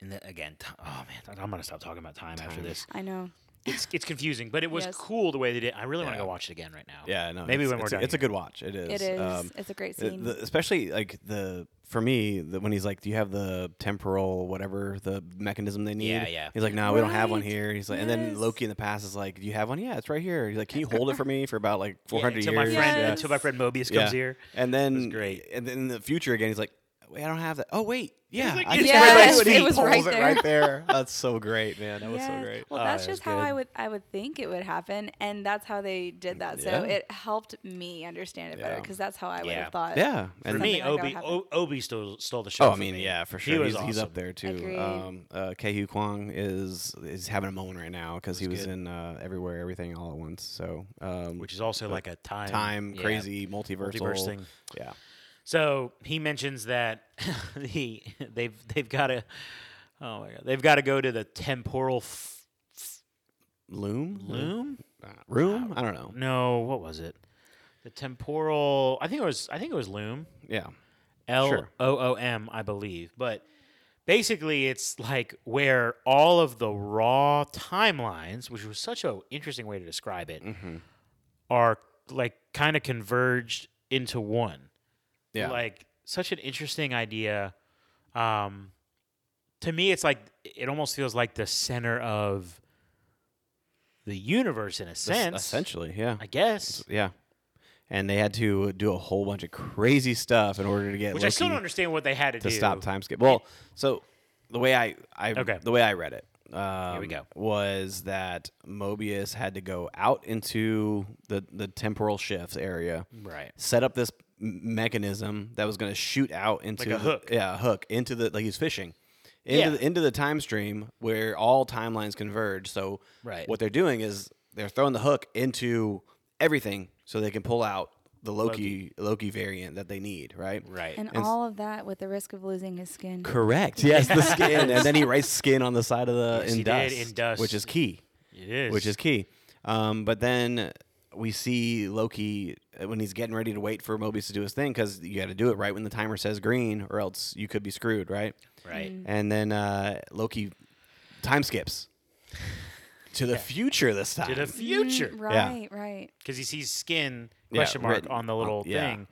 [SPEAKER 1] And then again, ti- oh man, I'm gonna stop talking about time, after
[SPEAKER 2] Time.
[SPEAKER 1] this.
[SPEAKER 3] I know.
[SPEAKER 1] It's it's confusing, but it was
[SPEAKER 3] Yes.
[SPEAKER 1] cool the way they did. it. I really want
[SPEAKER 2] Yeah.
[SPEAKER 1] to go watch it again right now.
[SPEAKER 2] Yeah, no,
[SPEAKER 1] Maybe
[SPEAKER 2] it's-
[SPEAKER 1] when we're
[SPEAKER 2] it's a-
[SPEAKER 1] done
[SPEAKER 2] it's a
[SPEAKER 1] here.
[SPEAKER 2] good watch. It is.
[SPEAKER 3] It is.
[SPEAKER 2] Um,
[SPEAKER 3] it's a great
[SPEAKER 2] the-
[SPEAKER 3] scene.
[SPEAKER 2] the- especially like the for me the, when he's like, "Do you have the temporal whatever the mechanism they need?"
[SPEAKER 4] Yeah, yeah.
[SPEAKER 2] He's like, "No, we don't have one
[SPEAKER 3] Right.
[SPEAKER 2] here." He's like, and then
[SPEAKER 3] Yes.
[SPEAKER 2] Loki in the past is like, "Do you have one?" Yeah, it's right here. He's like, "Can you hold it for me for about like 400
[SPEAKER 1] until
[SPEAKER 2] years?"
[SPEAKER 1] my friend
[SPEAKER 3] Yes.
[SPEAKER 1] until my friend Mobius comes
[SPEAKER 2] Yeah.
[SPEAKER 1] here.
[SPEAKER 2] And then
[SPEAKER 1] great.
[SPEAKER 2] And then in the future again, he's like, "Wait, I don't have that." Oh wait, yeah,
[SPEAKER 1] like,
[SPEAKER 2] I
[SPEAKER 1] it's
[SPEAKER 2] just
[SPEAKER 1] right
[SPEAKER 2] realized
[SPEAKER 1] there.
[SPEAKER 2] when
[SPEAKER 1] It
[SPEAKER 2] he
[SPEAKER 1] was
[SPEAKER 2] pulls
[SPEAKER 3] right
[SPEAKER 2] it
[SPEAKER 3] there.
[SPEAKER 2] right there. That's so great, man. Ah, That was so
[SPEAKER 3] Yes.
[SPEAKER 2] great.
[SPEAKER 3] Well,
[SPEAKER 1] Oh,
[SPEAKER 3] that's
[SPEAKER 1] it was
[SPEAKER 3] just how I
[SPEAKER 1] good.
[SPEAKER 3] would I would think it would happen, and that's how they did that. So
[SPEAKER 2] Yeah.
[SPEAKER 3] it helped me understand it
[SPEAKER 2] Yeah.
[SPEAKER 3] better 'cause better because that's how I would
[SPEAKER 4] Yeah.
[SPEAKER 3] have thought.
[SPEAKER 2] Yeah,
[SPEAKER 1] For
[SPEAKER 2] and
[SPEAKER 1] me,
[SPEAKER 3] Something like
[SPEAKER 1] Obi
[SPEAKER 3] that would
[SPEAKER 1] o- Obi stole stole the show.
[SPEAKER 2] Oh, I
[SPEAKER 1] for
[SPEAKER 2] mean,
[SPEAKER 1] me.
[SPEAKER 2] yeah, for
[SPEAKER 1] He
[SPEAKER 2] sure.
[SPEAKER 1] was
[SPEAKER 2] he's, he's up
[SPEAKER 1] awesome.
[SPEAKER 2] there too.
[SPEAKER 3] Agreed.
[SPEAKER 2] Um, uh, Kehu Kwang is is having a moment right now because he was
[SPEAKER 4] good.
[SPEAKER 2] in uh, everywhere, everything, all at once. So, um,
[SPEAKER 1] which is also like a time
[SPEAKER 2] time
[SPEAKER 4] yeah.
[SPEAKER 2] crazy multiversal
[SPEAKER 1] multiverse thing.
[SPEAKER 2] Yeah,
[SPEAKER 1] So he mentions that he they've they've got to oh my god they've got to go to the temporal f-
[SPEAKER 2] loom,
[SPEAKER 1] loom.
[SPEAKER 2] Uh, room. I don't know.
[SPEAKER 1] No, what was it? The temporal. I think it was. I think it was Loom.
[SPEAKER 2] Yeah,
[SPEAKER 1] L O O M, I believe. But basically, it's like where all of the raw timelines, which was such an interesting way to describe it,
[SPEAKER 2] Mm-hmm.
[SPEAKER 1] are like kind of converged into one.
[SPEAKER 2] yeah,
[SPEAKER 1] Like such an interesting idea. Um, to me, it's like it almost feels like the center of the universe in a
[SPEAKER 2] Es-
[SPEAKER 1] sense.
[SPEAKER 2] essentially. Yeah,
[SPEAKER 1] I guess.
[SPEAKER 2] yeah. And they had to do a whole bunch of crazy stuff in order to get
[SPEAKER 1] Which I still
[SPEAKER 2] Loki-
[SPEAKER 1] don't understand what they had to,
[SPEAKER 2] to
[SPEAKER 1] do.
[SPEAKER 2] stop time skip. Well, so the way I, I
[SPEAKER 1] Okay.
[SPEAKER 2] the way I read it, um,
[SPEAKER 1] we go.
[SPEAKER 2] was that Mobius had to go out into the the temporal shift area,
[SPEAKER 1] Right.
[SPEAKER 2] set up this m- mechanism that was going to shoot out into
[SPEAKER 1] a
[SPEAKER 2] the-
[SPEAKER 1] hook.
[SPEAKER 2] yeah, a hook into the like he's fishing. Into,
[SPEAKER 1] Yeah.
[SPEAKER 2] the, into the time stream where all timelines converge. So
[SPEAKER 4] Right.
[SPEAKER 2] what they're doing is they're throwing the hook into everything so they can pull out the Loki Loki, variant that they need, right?
[SPEAKER 4] right.
[SPEAKER 3] And
[SPEAKER 2] And s-
[SPEAKER 3] all of that with the risk of losing his skin.
[SPEAKER 2] Correct. Yes, the skin, and then he writes skin on the side of the
[SPEAKER 1] Yes,
[SPEAKER 2] in,
[SPEAKER 1] he
[SPEAKER 2] dust,
[SPEAKER 1] did, in dust.
[SPEAKER 2] which is key,
[SPEAKER 1] It is.
[SPEAKER 2] which is key. Um, but then we see Loki uh, when he's getting ready to wait for Mobius to do his thing because you got to do it right when the timer says green, or else you could be screwed, right?
[SPEAKER 4] Right.
[SPEAKER 3] Mm.
[SPEAKER 2] And then uh, Loki time skips to the future this time.
[SPEAKER 1] to the future
[SPEAKER 3] Mm,
[SPEAKER 2] Yeah.
[SPEAKER 3] Right, right.
[SPEAKER 1] because he sees skin
[SPEAKER 2] Yeah,
[SPEAKER 1] question mark
[SPEAKER 2] written
[SPEAKER 1] on the
[SPEAKER 2] on-
[SPEAKER 1] little
[SPEAKER 2] yeah.
[SPEAKER 1] thing,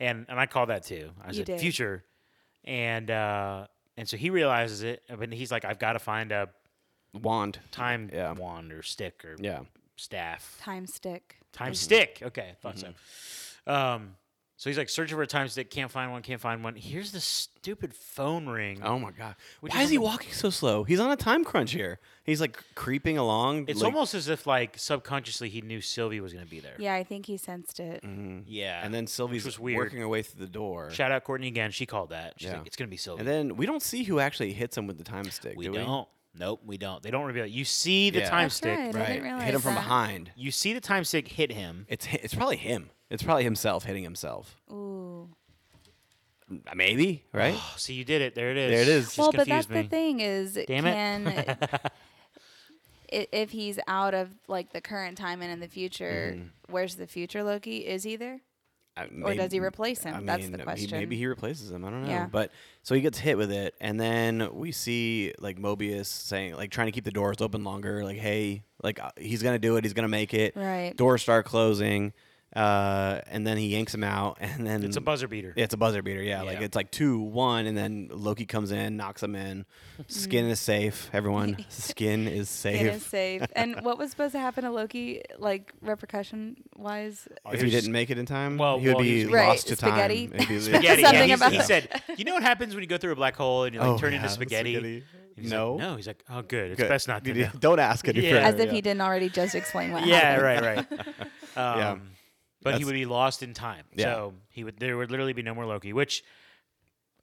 [SPEAKER 1] and and I call that too. I
[SPEAKER 3] You
[SPEAKER 1] said
[SPEAKER 3] did.
[SPEAKER 1] future, and uh, and so he realizes it, but he's like, I've got to find a
[SPEAKER 2] Wand.
[SPEAKER 1] time
[SPEAKER 2] Yeah.
[SPEAKER 1] wand or stick or
[SPEAKER 2] Yeah.
[SPEAKER 1] staff
[SPEAKER 3] Time stick.
[SPEAKER 2] Mm-hmm.
[SPEAKER 1] time stick. Okay, I thought so. Um, So he's like searching for a time stick, can't find one, can't find one. Here's the stupid phone ring.
[SPEAKER 2] Oh my god!
[SPEAKER 1] Which
[SPEAKER 2] Why
[SPEAKER 1] is
[SPEAKER 2] is he
[SPEAKER 1] almo-
[SPEAKER 2] walking so slow? He's on a time crunch here. He's like creeping along.
[SPEAKER 1] It's
[SPEAKER 2] like-
[SPEAKER 1] almost as if like subconsciously he knew Sylvie was gonna be there.
[SPEAKER 3] Yeah, I think he sensed it.
[SPEAKER 2] Mhm.
[SPEAKER 4] Yeah.
[SPEAKER 2] And then Sylvie's
[SPEAKER 1] was weird.
[SPEAKER 2] working her way through the door.
[SPEAKER 1] Shout out Courtney again. She called that.
[SPEAKER 4] she's
[SPEAKER 2] Yeah.
[SPEAKER 4] like, it's gonna be Sylvie.
[SPEAKER 2] And then we don't see who actually hits him with the time stick.
[SPEAKER 4] we
[SPEAKER 2] do we?
[SPEAKER 4] don't. Nope, we don't.
[SPEAKER 1] They don't reveal it. You see the
[SPEAKER 2] Yeah.
[SPEAKER 1] time
[SPEAKER 3] That's
[SPEAKER 1] stick.
[SPEAKER 3] right. I
[SPEAKER 2] Right.
[SPEAKER 3] didn't realize
[SPEAKER 2] Hit him from
[SPEAKER 3] that.
[SPEAKER 2] behind.
[SPEAKER 1] You see the time stick hit him.
[SPEAKER 2] It's hi- it's probably him. It's probably himself hitting himself. uh,
[SPEAKER 3] Ooh.
[SPEAKER 2] Maybe right.
[SPEAKER 1] Oh, see, you did it. There it is.
[SPEAKER 2] There it is.
[SPEAKER 1] Just
[SPEAKER 3] well, but
[SPEAKER 1] confused
[SPEAKER 3] that's
[SPEAKER 1] me.
[SPEAKER 3] the thing is,
[SPEAKER 1] Damn it.
[SPEAKER 3] can i- if he's out of like the current time and in the future,
[SPEAKER 2] Mm-hmm.
[SPEAKER 3] where's the future Loki? Is he there,
[SPEAKER 2] I-
[SPEAKER 3] or does he
[SPEAKER 2] maybe-
[SPEAKER 3] replace him?
[SPEAKER 2] I
[SPEAKER 3] that's
[SPEAKER 2] mean,
[SPEAKER 3] the
[SPEAKER 2] he-
[SPEAKER 3] question.
[SPEAKER 2] maybe he replaces him. I don't know.
[SPEAKER 3] Yeah.
[SPEAKER 2] But so he gets hit with it, and then we see like Mobius saying, like trying to keep the doors open longer. Like, hey, like uh, he's gonna do it. He's gonna make it.
[SPEAKER 3] Right.
[SPEAKER 2] Doors start closing, uh, and then he yanks him out, and then
[SPEAKER 1] It's a buzzer beater.
[SPEAKER 2] Yeah, it's a buzzer beater. Yeah, like
[SPEAKER 1] Yeah.
[SPEAKER 2] it's like two, one, and then Loki comes in, knocks him in. Skin is safe. Everyone, skin is safe.
[SPEAKER 3] It is safe. and what was supposed to happen to Loki, like repercussion wise?
[SPEAKER 2] If he didn't make it in time,
[SPEAKER 1] Well,
[SPEAKER 2] he would
[SPEAKER 1] well,
[SPEAKER 2] be
[SPEAKER 1] he's-
[SPEAKER 3] Right,
[SPEAKER 2] lost to
[SPEAKER 3] spaghetti.
[SPEAKER 2] time. It'd be-
[SPEAKER 1] Spaghetti. yeah,
[SPEAKER 3] Something
[SPEAKER 1] he-
[SPEAKER 3] about
[SPEAKER 1] he
[SPEAKER 3] that.
[SPEAKER 1] said, "You know what happens when you go through a black hole and you like
[SPEAKER 2] Oh,
[SPEAKER 1] turn
[SPEAKER 2] yeah,
[SPEAKER 1] into
[SPEAKER 2] the
[SPEAKER 1] spaghetti?" And he's like,
[SPEAKER 2] No.
[SPEAKER 1] no. He's like, "Oh, good. It's
[SPEAKER 2] Good.
[SPEAKER 1] best not to
[SPEAKER 2] Did you-
[SPEAKER 1] know."
[SPEAKER 2] Don't ask any
[SPEAKER 1] Yeah.
[SPEAKER 2] further.
[SPEAKER 3] As if
[SPEAKER 2] yeah.
[SPEAKER 3] he didn't already just explain what
[SPEAKER 1] yeah,
[SPEAKER 3] happened.
[SPEAKER 1] right, right. Um, But he
[SPEAKER 2] That's-
[SPEAKER 1] would be lost in time.
[SPEAKER 2] Yeah.
[SPEAKER 1] So he would. There would literally be no more Loki. Which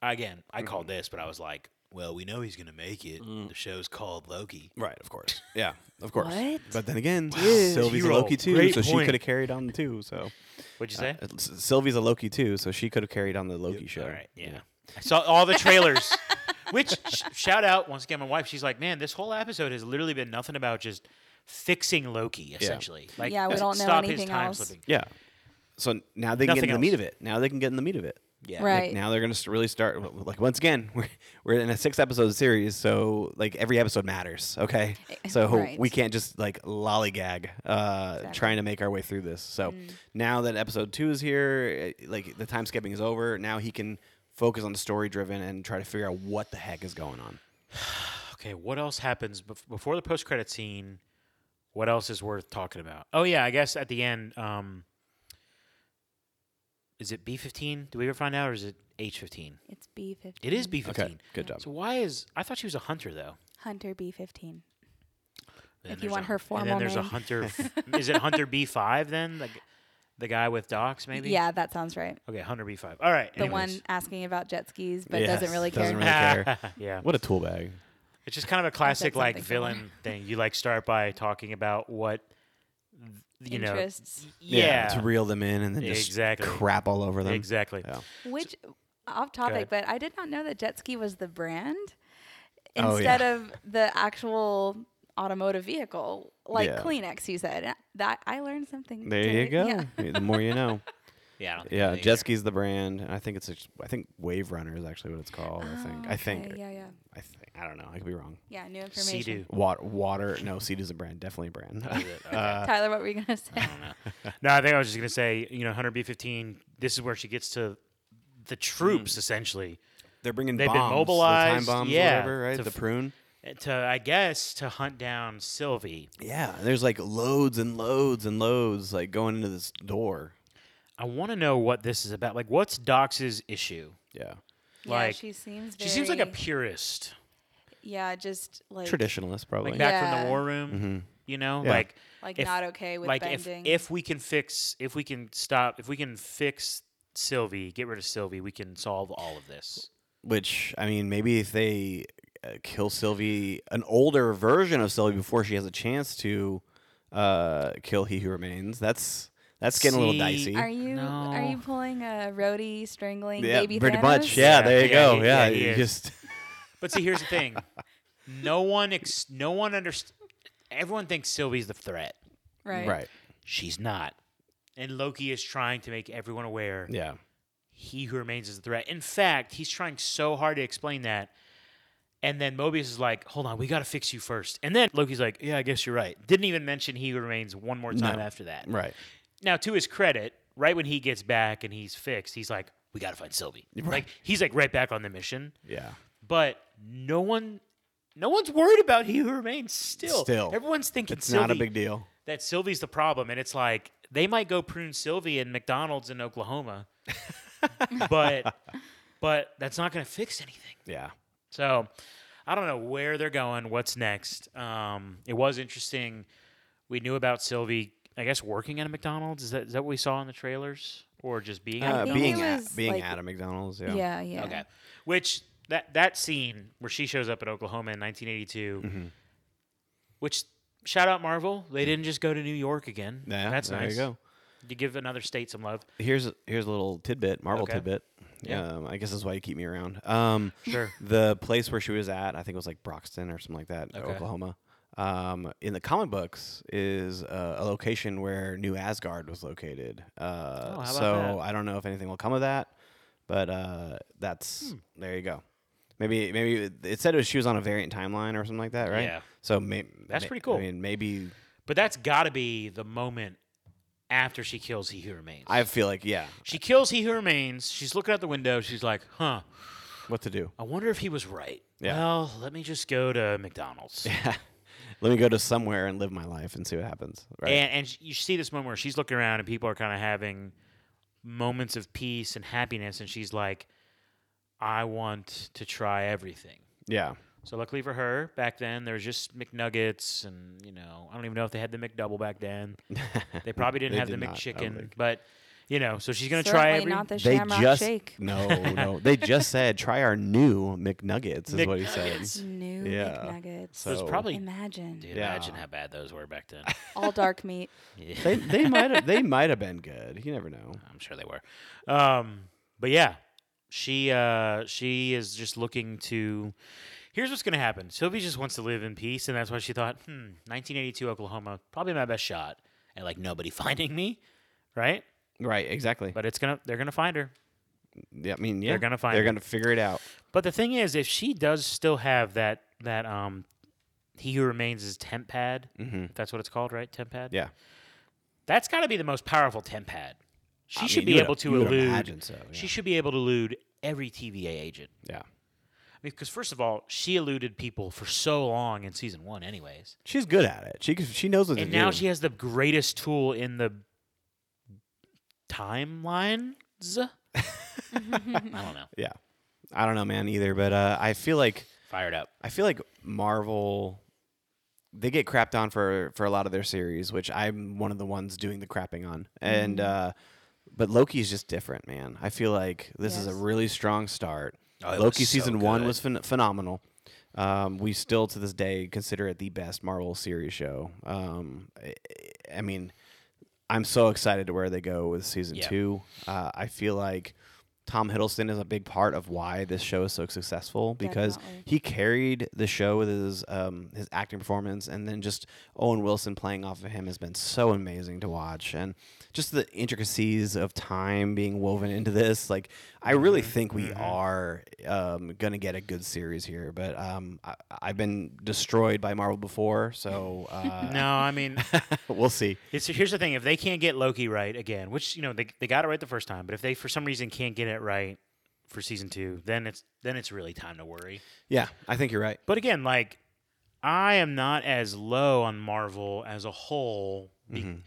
[SPEAKER 4] Again, I called this, but I was like, well, we know he's gonna make it.
[SPEAKER 1] Mm.
[SPEAKER 4] The show's called Loki.
[SPEAKER 2] Right, of course. Yeah, of course.
[SPEAKER 3] What?
[SPEAKER 2] But then again,
[SPEAKER 1] Jeez.
[SPEAKER 2] Sylvie's a
[SPEAKER 1] Hero.
[SPEAKER 2] Loki too,
[SPEAKER 1] Great
[SPEAKER 2] so she
[SPEAKER 1] point.
[SPEAKER 2] could have carried on too. So
[SPEAKER 1] what'd you say?
[SPEAKER 2] Uh, S- Sylvie's a Loki too, so she could have carried on the Loki show.
[SPEAKER 1] All right. Yeah. I saw all the trailers. Which sh- shout out once again, my wife. She's like, man, this whole episode has literally been nothing about just fixing Loki. Essentially, like
[SPEAKER 3] Yeah, we
[SPEAKER 1] s-
[SPEAKER 3] don't know
[SPEAKER 1] stop
[SPEAKER 3] anything
[SPEAKER 1] his time
[SPEAKER 3] else.
[SPEAKER 1] slipping.
[SPEAKER 2] Yeah. So now they
[SPEAKER 1] Nothing
[SPEAKER 2] can get in the meat
[SPEAKER 1] else.
[SPEAKER 2] of it. Now they can get in the meat of it.
[SPEAKER 4] Yeah.
[SPEAKER 3] Right.
[SPEAKER 2] Like now they're gonna st- really start. w- Like once again, we're we're in a six episode series, so like every episode matters. Okay, so
[SPEAKER 3] right.
[SPEAKER 2] we can't just like lollygag, uh, trying to make our way through this. So now that episode two is here, eh, like the time skipping is over. Now he can focus on the story driven and try to figure out what the heck is going on.
[SPEAKER 1] Okay, what else happens bef- before the post credit scene? What else is worth talking about? Oh yeah, I guess at the end, um, is it B fifteen? Do we ever find out, or is it H fifteen?
[SPEAKER 3] It's B fifteen.
[SPEAKER 1] It is B fifteen.
[SPEAKER 2] Okay, good job.
[SPEAKER 1] So why is I thought she was a hunter though?
[SPEAKER 3] Hunter B fifteen.
[SPEAKER 1] Then
[SPEAKER 3] If you
[SPEAKER 1] there's
[SPEAKER 3] want
[SPEAKER 1] a-
[SPEAKER 3] her
[SPEAKER 1] and then
[SPEAKER 3] formal
[SPEAKER 1] there's a
[SPEAKER 3] name.
[SPEAKER 1] hunter. f- is it Hunter B five then? Like the guy with docs maybe?
[SPEAKER 3] Yeah, that sounds right.
[SPEAKER 1] Okay, Hunter B five. All right.
[SPEAKER 3] The
[SPEAKER 1] anyways.
[SPEAKER 3] one asking about jet skis, but
[SPEAKER 2] Yes,
[SPEAKER 3] doesn't really care.
[SPEAKER 2] doesn't really care.
[SPEAKER 1] yeah.
[SPEAKER 2] What a tool bag.
[SPEAKER 1] It's just kind of a classic like
[SPEAKER 3] something similar.
[SPEAKER 1] villain thing. You like start by talking about what you
[SPEAKER 3] Interests.
[SPEAKER 1] know. Yeah.
[SPEAKER 2] to reel them in and then just
[SPEAKER 1] Exactly.
[SPEAKER 2] crap all over them.
[SPEAKER 1] Exactly.
[SPEAKER 2] Yeah.
[SPEAKER 3] Which off topic,
[SPEAKER 1] ahead.
[SPEAKER 3] but I did not know that jet ski was the brand
[SPEAKER 2] Oh,
[SPEAKER 3] instead
[SPEAKER 2] yeah.
[SPEAKER 3] of the actual automotive vehicle, like
[SPEAKER 2] Yeah.
[SPEAKER 3] Kleenex. You said And that I learned something.
[SPEAKER 2] There you
[SPEAKER 3] today.
[SPEAKER 2] go.
[SPEAKER 3] Yeah.
[SPEAKER 2] The more you know.
[SPEAKER 4] Yeah. I don't think
[SPEAKER 2] Yeah,
[SPEAKER 4] they-
[SPEAKER 2] jet ski's the brand. and I think it's ex- I think Wave Runner is actually what it's called. I think.
[SPEAKER 1] Ah,
[SPEAKER 3] Oh,
[SPEAKER 2] I think.
[SPEAKER 3] okay. Yeah, yeah,
[SPEAKER 2] I think. I don't know. I could be wrong.
[SPEAKER 3] yeah. New information.
[SPEAKER 1] Sea-Doo.
[SPEAKER 2] Water. water no, Seed is a brand. Definitely a brand. Uh,
[SPEAKER 3] Tyler, what were you gonna say?
[SPEAKER 1] No, I think I was just gonna say, you know, Hunter B fifteen. This is where she gets to the
[SPEAKER 4] Mm.
[SPEAKER 1] troops essentially
[SPEAKER 2] They're bringing
[SPEAKER 1] They've been
[SPEAKER 2] bombs. the
[SPEAKER 1] mobilized,
[SPEAKER 2] time bombs,
[SPEAKER 1] yeah,
[SPEAKER 2] whatever. Right.
[SPEAKER 1] to
[SPEAKER 2] The
[SPEAKER 1] f-
[SPEAKER 2] prune.
[SPEAKER 1] eh, to, I guess, to hunt down Sylvie.
[SPEAKER 2] Yeah. There's like loads and loads and loads like going into this door.
[SPEAKER 1] I want to know what this is about. Like, what's Dox's issue?
[SPEAKER 2] Yeah.
[SPEAKER 3] yeah,
[SPEAKER 1] Like,
[SPEAKER 3] she seems. Very,
[SPEAKER 1] She seems like a purist,
[SPEAKER 3] yeah, just like
[SPEAKER 2] Traditionalist probably.
[SPEAKER 1] like back from
[SPEAKER 3] Yeah.
[SPEAKER 1] the war room. You know,
[SPEAKER 2] Mm-hmm. Yeah.
[SPEAKER 1] like,
[SPEAKER 3] like
[SPEAKER 1] if-
[SPEAKER 3] not okay with
[SPEAKER 1] like
[SPEAKER 3] bending.
[SPEAKER 1] if if we can fix, if we can stop, if we can fix Sylvie, get rid of Sylvie, we can solve all of this.
[SPEAKER 2] Which I mean, maybe if they uh, kill Sylvie, an older version of Sylvie before she has a chance to uh, kill He Who Remains. That's that's getting a
[SPEAKER 1] See,
[SPEAKER 2] little dicey.
[SPEAKER 3] are you are
[SPEAKER 1] No.
[SPEAKER 3] you pulling a roadie strangling
[SPEAKER 2] yeah,
[SPEAKER 3] baby
[SPEAKER 2] pretty
[SPEAKER 3] Thanos?
[SPEAKER 2] much. Yeah, there you
[SPEAKER 1] Yeah,
[SPEAKER 2] go.
[SPEAKER 1] he-
[SPEAKER 2] Yeah,
[SPEAKER 1] yeah, he
[SPEAKER 2] you
[SPEAKER 1] is.
[SPEAKER 2] just
[SPEAKER 1] But see, here's the thing: no one, ex- no one understands. Everyone thinks Sylvie's the threat.
[SPEAKER 3] Right.
[SPEAKER 2] right.
[SPEAKER 1] She's not. And Loki is trying to make everyone aware
[SPEAKER 2] Yeah,
[SPEAKER 1] he who remains is the threat. In fact, he's trying so hard to explain that. And then Mobius is like, hold on, we got to fix you first. And then Loki's like, yeah, I guess you're right. Didn't even mention he who remains one more time
[SPEAKER 2] No.
[SPEAKER 1] after that.
[SPEAKER 2] right,
[SPEAKER 1] Now, to his credit, right when he gets back and he's fixed, he's like, we got to find Sylvie. Like, he's like right back on the mission.
[SPEAKER 2] yeah.
[SPEAKER 1] But no one. No one's worried about he who remains still.
[SPEAKER 2] Still.
[SPEAKER 1] Everyone's thinking
[SPEAKER 2] It's
[SPEAKER 1] Sylvie
[SPEAKER 2] not a big deal.
[SPEAKER 1] that Sylvie's the problem, and it's like they might go prune Sylvie in McDonald's in Oklahoma. but but that's not going to fix anything.
[SPEAKER 2] Yeah.
[SPEAKER 1] So I don't know where they're going, what's next. Um, it was interesting. We knew about Sylvie, I guess, working at a McDonald's. Is that, is that what we saw in the trailers, or just being? at a
[SPEAKER 3] I
[SPEAKER 2] Uh,
[SPEAKER 1] McDonald's?
[SPEAKER 3] think
[SPEAKER 2] being
[SPEAKER 3] it
[SPEAKER 2] at,
[SPEAKER 3] was,
[SPEAKER 2] being
[SPEAKER 3] like-
[SPEAKER 2] at a McDonald's. Yeah.
[SPEAKER 3] Yeah, yeah.
[SPEAKER 1] Okay. Which that that scene where she shows up at Oklahoma in 1982,
[SPEAKER 2] Mm-hmm.
[SPEAKER 1] which shout out Marvel, they didn't just go to New York again.
[SPEAKER 2] Yeah,
[SPEAKER 1] that's
[SPEAKER 2] there you
[SPEAKER 1] nice.
[SPEAKER 2] go.
[SPEAKER 1] You give another state some love.
[SPEAKER 2] Here's a- here's a little tidbit, Marvel
[SPEAKER 1] Okay.
[SPEAKER 2] tidbit.
[SPEAKER 1] Yeah.
[SPEAKER 2] Um, I guess that's why you keep me around. Um,
[SPEAKER 1] Sure.
[SPEAKER 2] the place where she was at, I think it was like Broxton or something like that,
[SPEAKER 4] Okay.
[SPEAKER 2] Oklahoma. Um, in the comic books is uh, a location where New Asgard was located. Uh,
[SPEAKER 1] Oh, how about
[SPEAKER 2] so
[SPEAKER 1] that?
[SPEAKER 2] I don't know if anything will come of that, but uh, that's
[SPEAKER 1] Hmm.
[SPEAKER 2] there you go. Maybe maybe it- it said it was, she was on a variant timeline or something like that, right?
[SPEAKER 4] Yeah.
[SPEAKER 2] So may,
[SPEAKER 1] That's
[SPEAKER 2] may-
[SPEAKER 1] pretty cool.
[SPEAKER 2] I mean, maybe
[SPEAKER 1] But that's got to be the moment after she kills He Who Remains.
[SPEAKER 2] I feel like yeah,
[SPEAKER 1] she kills He Who Remains. She's looking out the window. She's like, huh,
[SPEAKER 2] what to do.
[SPEAKER 1] I wonder if he was right.
[SPEAKER 2] Yeah.
[SPEAKER 1] Well, let me just go to McDonald's.
[SPEAKER 2] Let me go to somewhere and live my life and see what happens. Right.
[SPEAKER 1] And and sh- you see this moment where she's looking around and people are kind of having moments of peace and happiness, and she's like, "I want to try everything."
[SPEAKER 2] yeah.
[SPEAKER 1] So luckily for her, back then there was just McNuggets, and you know I don't even know if they had the McDouble back then. They probably didn't
[SPEAKER 2] They
[SPEAKER 1] have
[SPEAKER 2] did
[SPEAKER 1] the
[SPEAKER 2] not, I don't
[SPEAKER 1] McChicken,
[SPEAKER 2] think.
[SPEAKER 1] but you know, so she's gonna try
[SPEAKER 3] Certainly
[SPEAKER 1] every.
[SPEAKER 3] not the
[SPEAKER 2] they
[SPEAKER 3] Shamrock
[SPEAKER 2] just
[SPEAKER 3] Shake.
[SPEAKER 2] no no they just said try our new McNuggets is what he
[SPEAKER 1] McNuggets.
[SPEAKER 2] said.
[SPEAKER 3] New
[SPEAKER 2] Yeah.
[SPEAKER 3] McNuggets.
[SPEAKER 1] There's
[SPEAKER 2] So-
[SPEAKER 1] probably
[SPEAKER 3] Mm-hmm. Imagine
[SPEAKER 4] Dude,
[SPEAKER 2] Yeah.
[SPEAKER 4] imagine how bad those were back then.
[SPEAKER 3] all dark meat.
[SPEAKER 4] Yeah,
[SPEAKER 2] They they might have they might have been good. You never know.
[SPEAKER 4] I'm sure they were.
[SPEAKER 1] Um, but yeah, she uh, she is just looking to. Here's what's gonna happen. Sylvie just wants to live in peace, and that's why she thought, hmm, 1982 Oklahoma, probably my best shot at like nobody finding me, right?
[SPEAKER 2] Right, exactly.
[SPEAKER 1] But it's gonna they're gonna find her.
[SPEAKER 2] yeah, I mean, yeah,
[SPEAKER 1] gonna find
[SPEAKER 2] They're
[SPEAKER 1] it.
[SPEAKER 2] gonna figure it out.
[SPEAKER 1] But the thing is, if she does still have that that um, he who remains is temp pad.
[SPEAKER 2] Mm-hmm.
[SPEAKER 1] That's what it's called, right? Temp pad.
[SPEAKER 2] Yeah,
[SPEAKER 1] That's got to be the most powerful temp pad. She
[SPEAKER 2] I
[SPEAKER 1] should
[SPEAKER 2] mean,
[SPEAKER 1] be
[SPEAKER 2] you would-
[SPEAKER 1] able to
[SPEAKER 2] you would
[SPEAKER 1] elude.
[SPEAKER 2] imagine so, yeah.
[SPEAKER 1] She should be able to elude every TVA agent.
[SPEAKER 2] yeah.
[SPEAKER 1] Because first of all, she eluded people for so long in season one, anyways,
[SPEAKER 2] She's good at it. She c- she knows what
[SPEAKER 1] and
[SPEAKER 2] to
[SPEAKER 1] now
[SPEAKER 2] do.
[SPEAKER 1] she has the greatest tool in the timelines. I don't know.
[SPEAKER 2] yeah, I don't know, man, either. But uh, I feel like
[SPEAKER 4] Fired up.
[SPEAKER 2] I feel like Marvel they get crapped on for for a lot of their series, which I'm one of the ones doing the crapping on. And uh but Loki is just different, man. I feel like this is a
[SPEAKER 3] Yes.
[SPEAKER 2] really strong start.
[SPEAKER 4] Oh, it
[SPEAKER 2] Loki
[SPEAKER 4] was so
[SPEAKER 2] season 1
[SPEAKER 4] good.
[SPEAKER 2] was phen- phenomenal. Um, we still to this day consider it the best Marvel series show. Um, I, I mean, I'm so excited to where they go with season
[SPEAKER 4] Yeah.
[SPEAKER 2] two. Uh, I feel like Tom Hiddleston is a big part of why this show is so successful because
[SPEAKER 3] Definitely.
[SPEAKER 2] he carried the show with his um, his acting performance, and then just Owen Wilson playing off of him has been so amazing to watch, and just the intricacies of time being woven into this. Like, I really
[SPEAKER 1] Mm-hmm.
[SPEAKER 2] think we are um, gonna get a good series here, but um, I, I've been destroyed by Marvel before, so uh,
[SPEAKER 1] No, I mean,
[SPEAKER 2] we'll see.
[SPEAKER 1] It's, here's the thing: if they can't get Loki right again, which you know they, they got it right the first time, but if they for some reason can't get it right for season two, then it's then it's really time to worry.
[SPEAKER 2] Yeah, I think you're right.
[SPEAKER 1] But again, like I am not as low on Marvel as a whole.
[SPEAKER 2] Mm-hmm.
[SPEAKER 1] Be-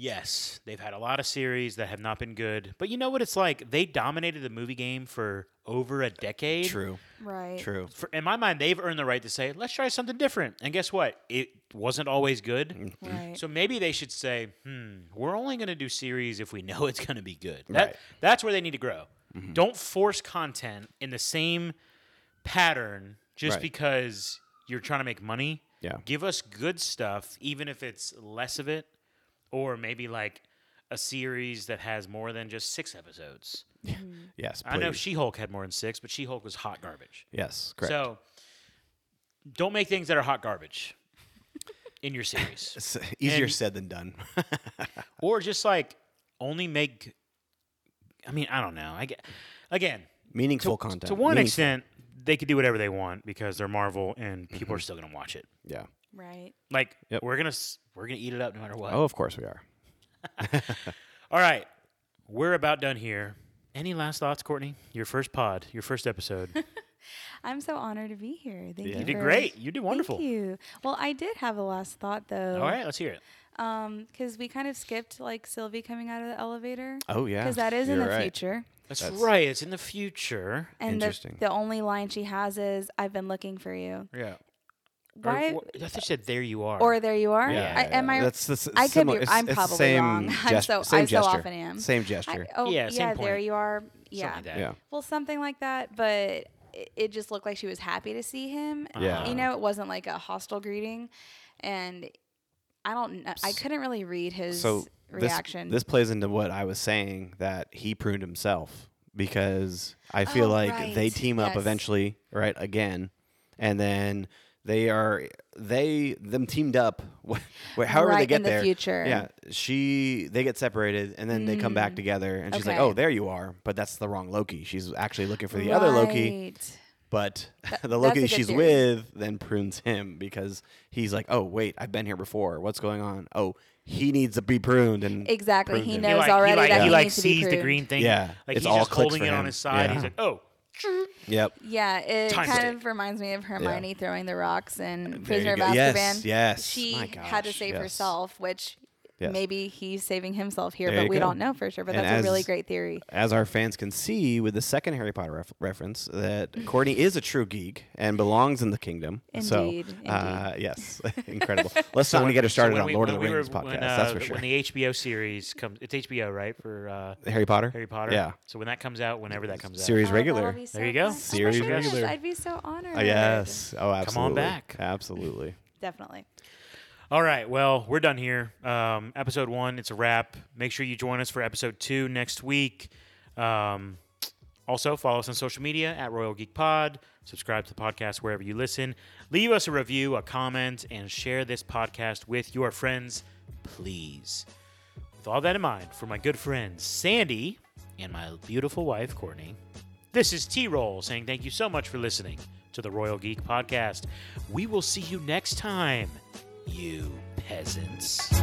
[SPEAKER 1] Yes, they've had a lot of series that have not been good, but you know what it's like? They dominated the movie game for over a decade.
[SPEAKER 2] True.
[SPEAKER 3] Right.
[SPEAKER 2] True.
[SPEAKER 1] For, in my mind, they've earned the right to say, "Let's try something different." And guess what? It wasn't always good.
[SPEAKER 3] Right.
[SPEAKER 1] So maybe they should say, hmm, we're only going to do series if we know it's going to be good. That,
[SPEAKER 2] Right. Mm-hmm.
[SPEAKER 1] That's where they need to grow. Don't force content in the same pattern just
[SPEAKER 2] Right.
[SPEAKER 1] because you're trying to make money.
[SPEAKER 2] Yeah.
[SPEAKER 1] Give us good stuff, even if it's less of it, or maybe like a series that has more than just six episodes.
[SPEAKER 2] Yes.
[SPEAKER 1] Mm-hmm. I know
[SPEAKER 2] please.
[SPEAKER 1] She Hulk had more than six, but She Hulk was hot garbage.
[SPEAKER 2] yes. Correct.
[SPEAKER 1] So don't make things that are hot garbage in your series.
[SPEAKER 2] It's easier
[SPEAKER 1] And-
[SPEAKER 2] said than done.
[SPEAKER 1] or just like only make i mean i don't know i get again
[SPEAKER 2] Meaningful content.
[SPEAKER 1] to one
[SPEAKER 2] Meaningful-
[SPEAKER 1] extent they could do whatever they want because they're marvel and people are still gonna watch it
[SPEAKER 2] Yeah.
[SPEAKER 3] Right.
[SPEAKER 1] like
[SPEAKER 2] Mm-hmm. Yep.
[SPEAKER 1] we're gonna s- we're gonna eat it up no matter what
[SPEAKER 2] Oh, of course we are.
[SPEAKER 1] all right we're about done here any last thoughts courtney your first pod your first episode
[SPEAKER 3] I'm so honored to be here. Thank
[SPEAKER 2] Yeah.
[SPEAKER 3] you.
[SPEAKER 1] You did
[SPEAKER 3] for-
[SPEAKER 1] great. You did wonderful.
[SPEAKER 3] Thank you. Well, I did have a last thought though.
[SPEAKER 1] All right, let's hear it.
[SPEAKER 3] because we kind of skipped like Sylvie coming out of the elevator.
[SPEAKER 2] Oh yeah,
[SPEAKER 3] Because that is in
[SPEAKER 2] You're
[SPEAKER 3] the
[SPEAKER 2] right.
[SPEAKER 3] future.
[SPEAKER 1] That's,
[SPEAKER 2] That's-
[SPEAKER 1] right. It's in the future.
[SPEAKER 3] And the,
[SPEAKER 2] Interesting.
[SPEAKER 3] the only line she has is, I've been looking for you.
[SPEAKER 1] Yeah.
[SPEAKER 3] Why?
[SPEAKER 1] Or, wh- I thought you said there you are.
[SPEAKER 3] Or there you are.
[SPEAKER 1] Yeah,
[SPEAKER 3] I,
[SPEAKER 1] yeah,
[SPEAKER 3] am I?
[SPEAKER 2] That's the s-
[SPEAKER 3] I could
[SPEAKER 2] similar-
[SPEAKER 3] be-
[SPEAKER 2] it's-
[SPEAKER 3] I'm
[SPEAKER 2] it's the
[SPEAKER 3] probably
[SPEAKER 2] same
[SPEAKER 3] wrong. I'm
[SPEAKER 2] gest-
[SPEAKER 3] so-
[SPEAKER 2] same
[SPEAKER 3] I so
[SPEAKER 2] gesture.
[SPEAKER 3] often am.
[SPEAKER 2] Same
[SPEAKER 3] I-
[SPEAKER 2] gesture.
[SPEAKER 3] oh
[SPEAKER 1] Yeah,
[SPEAKER 3] yeah,
[SPEAKER 1] same
[SPEAKER 3] there
[SPEAKER 1] point.
[SPEAKER 3] you are.
[SPEAKER 1] Something
[SPEAKER 3] Yeah.
[SPEAKER 1] like that.
[SPEAKER 2] yeah.
[SPEAKER 3] Well, something like that, but it, it just looked like she was happy to see him.
[SPEAKER 2] Yeah.
[SPEAKER 3] You know, it wasn't like a hostile greeting, and I don't. kn- I couldn't really read his
[SPEAKER 2] so
[SPEAKER 3] reaction.
[SPEAKER 2] This, this plays into what I was saying that he pruned himself because I feel
[SPEAKER 3] Oh,
[SPEAKER 2] like they
[SPEAKER 3] right.
[SPEAKER 2] team up
[SPEAKER 3] Yes.
[SPEAKER 2] eventually, right? Again, and then they are they them teamed up. wh- wh- However
[SPEAKER 3] Right,
[SPEAKER 2] they get
[SPEAKER 3] in the
[SPEAKER 2] there,
[SPEAKER 3] future. Mm.
[SPEAKER 2] yeah. She they get separated and then they come back together, and she's like,
[SPEAKER 3] okay.
[SPEAKER 2] "Oh, there you are," but that's the wrong Loki. She's actually looking for the other Loki,
[SPEAKER 3] Right.
[SPEAKER 2] but the
[SPEAKER 3] that's
[SPEAKER 2] Loki
[SPEAKER 3] a
[SPEAKER 2] that
[SPEAKER 3] good
[SPEAKER 2] she's
[SPEAKER 3] theory.
[SPEAKER 2] with then prunes him because he's like, "Oh, wait, I've been here before. What's going on? Oh." He needs to be pruned, and
[SPEAKER 3] Exactly.
[SPEAKER 2] pruned
[SPEAKER 3] He
[SPEAKER 2] him.
[SPEAKER 1] He
[SPEAKER 3] knows
[SPEAKER 1] like,
[SPEAKER 3] already
[SPEAKER 1] he like,
[SPEAKER 3] that
[SPEAKER 1] he
[SPEAKER 3] he
[SPEAKER 1] like
[SPEAKER 3] needs to be
[SPEAKER 1] sees the
[SPEAKER 3] pruned.
[SPEAKER 1] green thing.
[SPEAKER 2] Yeah,
[SPEAKER 1] Like
[SPEAKER 2] it's
[SPEAKER 1] he's
[SPEAKER 2] all
[SPEAKER 1] just
[SPEAKER 2] clicks
[SPEAKER 1] holding
[SPEAKER 2] for
[SPEAKER 1] it on
[SPEAKER 2] him.
[SPEAKER 1] his side.
[SPEAKER 2] Yeah.
[SPEAKER 1] He's like, oh,
[SPEAKER 2] Yep.
[SPEAKER 3] Yeah, it
[SPEAKER 1] Time
[SPEAKER 3] kind
[SPEAKER 1] stick.
[SPEAKER 3] of reminds me of Hermione throwing the rocks in
[SPEAKER 2] There you
[SPEAKER 3] Prisoner of
[SPEAKER 2] go.
[SPEAKER 3] Azkaban.
[SPEAKER 2] Yes, yes.
[SPEAKER 3] She
[SPEAKER 2] My
[SPEAKER 3] had to
[SPEAKER 2] gosh,
[SPEAKER 3] save
[SPEAKER 2] yes.
[SPEAKER 3] herself, which
[SPEAKER 2] Yes.
[SPEAKER 3] maybe he's saving himself here,
[SPEAKER 2] There you
[SPEAKER 3] but we
[SPEAKER 2] go.
[SPEAKER 3] don't know for sure. But
[SPEAKER 2] And
[SPEAKER 3] that's a really
[SPEAKER 2] as-
[SPEAKER 3] great theory.
[SPEAKER 2] As our fans can see with the second Harry Potter ref- reference, that Courtney is a true geek and belongs in the kingdom. so,
[SPEAKER 3] Indeed,
[SPEAKER 2] Uh, yes, incredible. Let's not
[SPEAKER 1] when-
[SPEAKER 2] even get her started
[SPEAKER 1] when
[SPEAKER 2] on
[SPEAKER 1] we-
[SPEAKER 2] Lord
[SPEAKER 1] when
[SPEAKER 2] of the
[SPEAKER 1] we were-
[SPEAKER 2] Rings podcast.
[SPEAKER 1] when,
[SPEAKER 2] that's
[SPEAKER 1] uh,
[SPEAKER 2] for sure.
[SPEAKER 1] When the HBO series comes, it's HBO, right? For uh,
[SPEAKER 2] Harry Potter.
[SPEAKER 1] Harry Potter.
[SPEAKER 2] Yeah.
[SPEAKER 1] So when that comes out, whenever that comes out,
[SPEAKER 2] Series regular.
[SPEAKER 1] There you go.
[SPEAKER 2] Series regular.
[SPEAKER 3] I'd be so honored.
[SPEAKER 2] Uh, yes. Oh, absolutely.
[SPEAKER 1] back.
[SPEAKER 2] Absolutely.
[SPEAKER 3] Definitely.
[SPEAKER 1] All right. Well, we're done here. Um, episode one, it's a wrap. Make sure you join us for episode two next week. Um, also, follow us on social media at Royal Geek Pod. Subscribe to the podcast wherever you listen. Leave us a review, a comment, and share this podcast with your friends, please. With all that in mind, for my good friend Sandy and my beautiful wife, Courtney, this is T Roll saying thank you so much for listening to the Royal Geek Podcast. We will see you next time you peasants.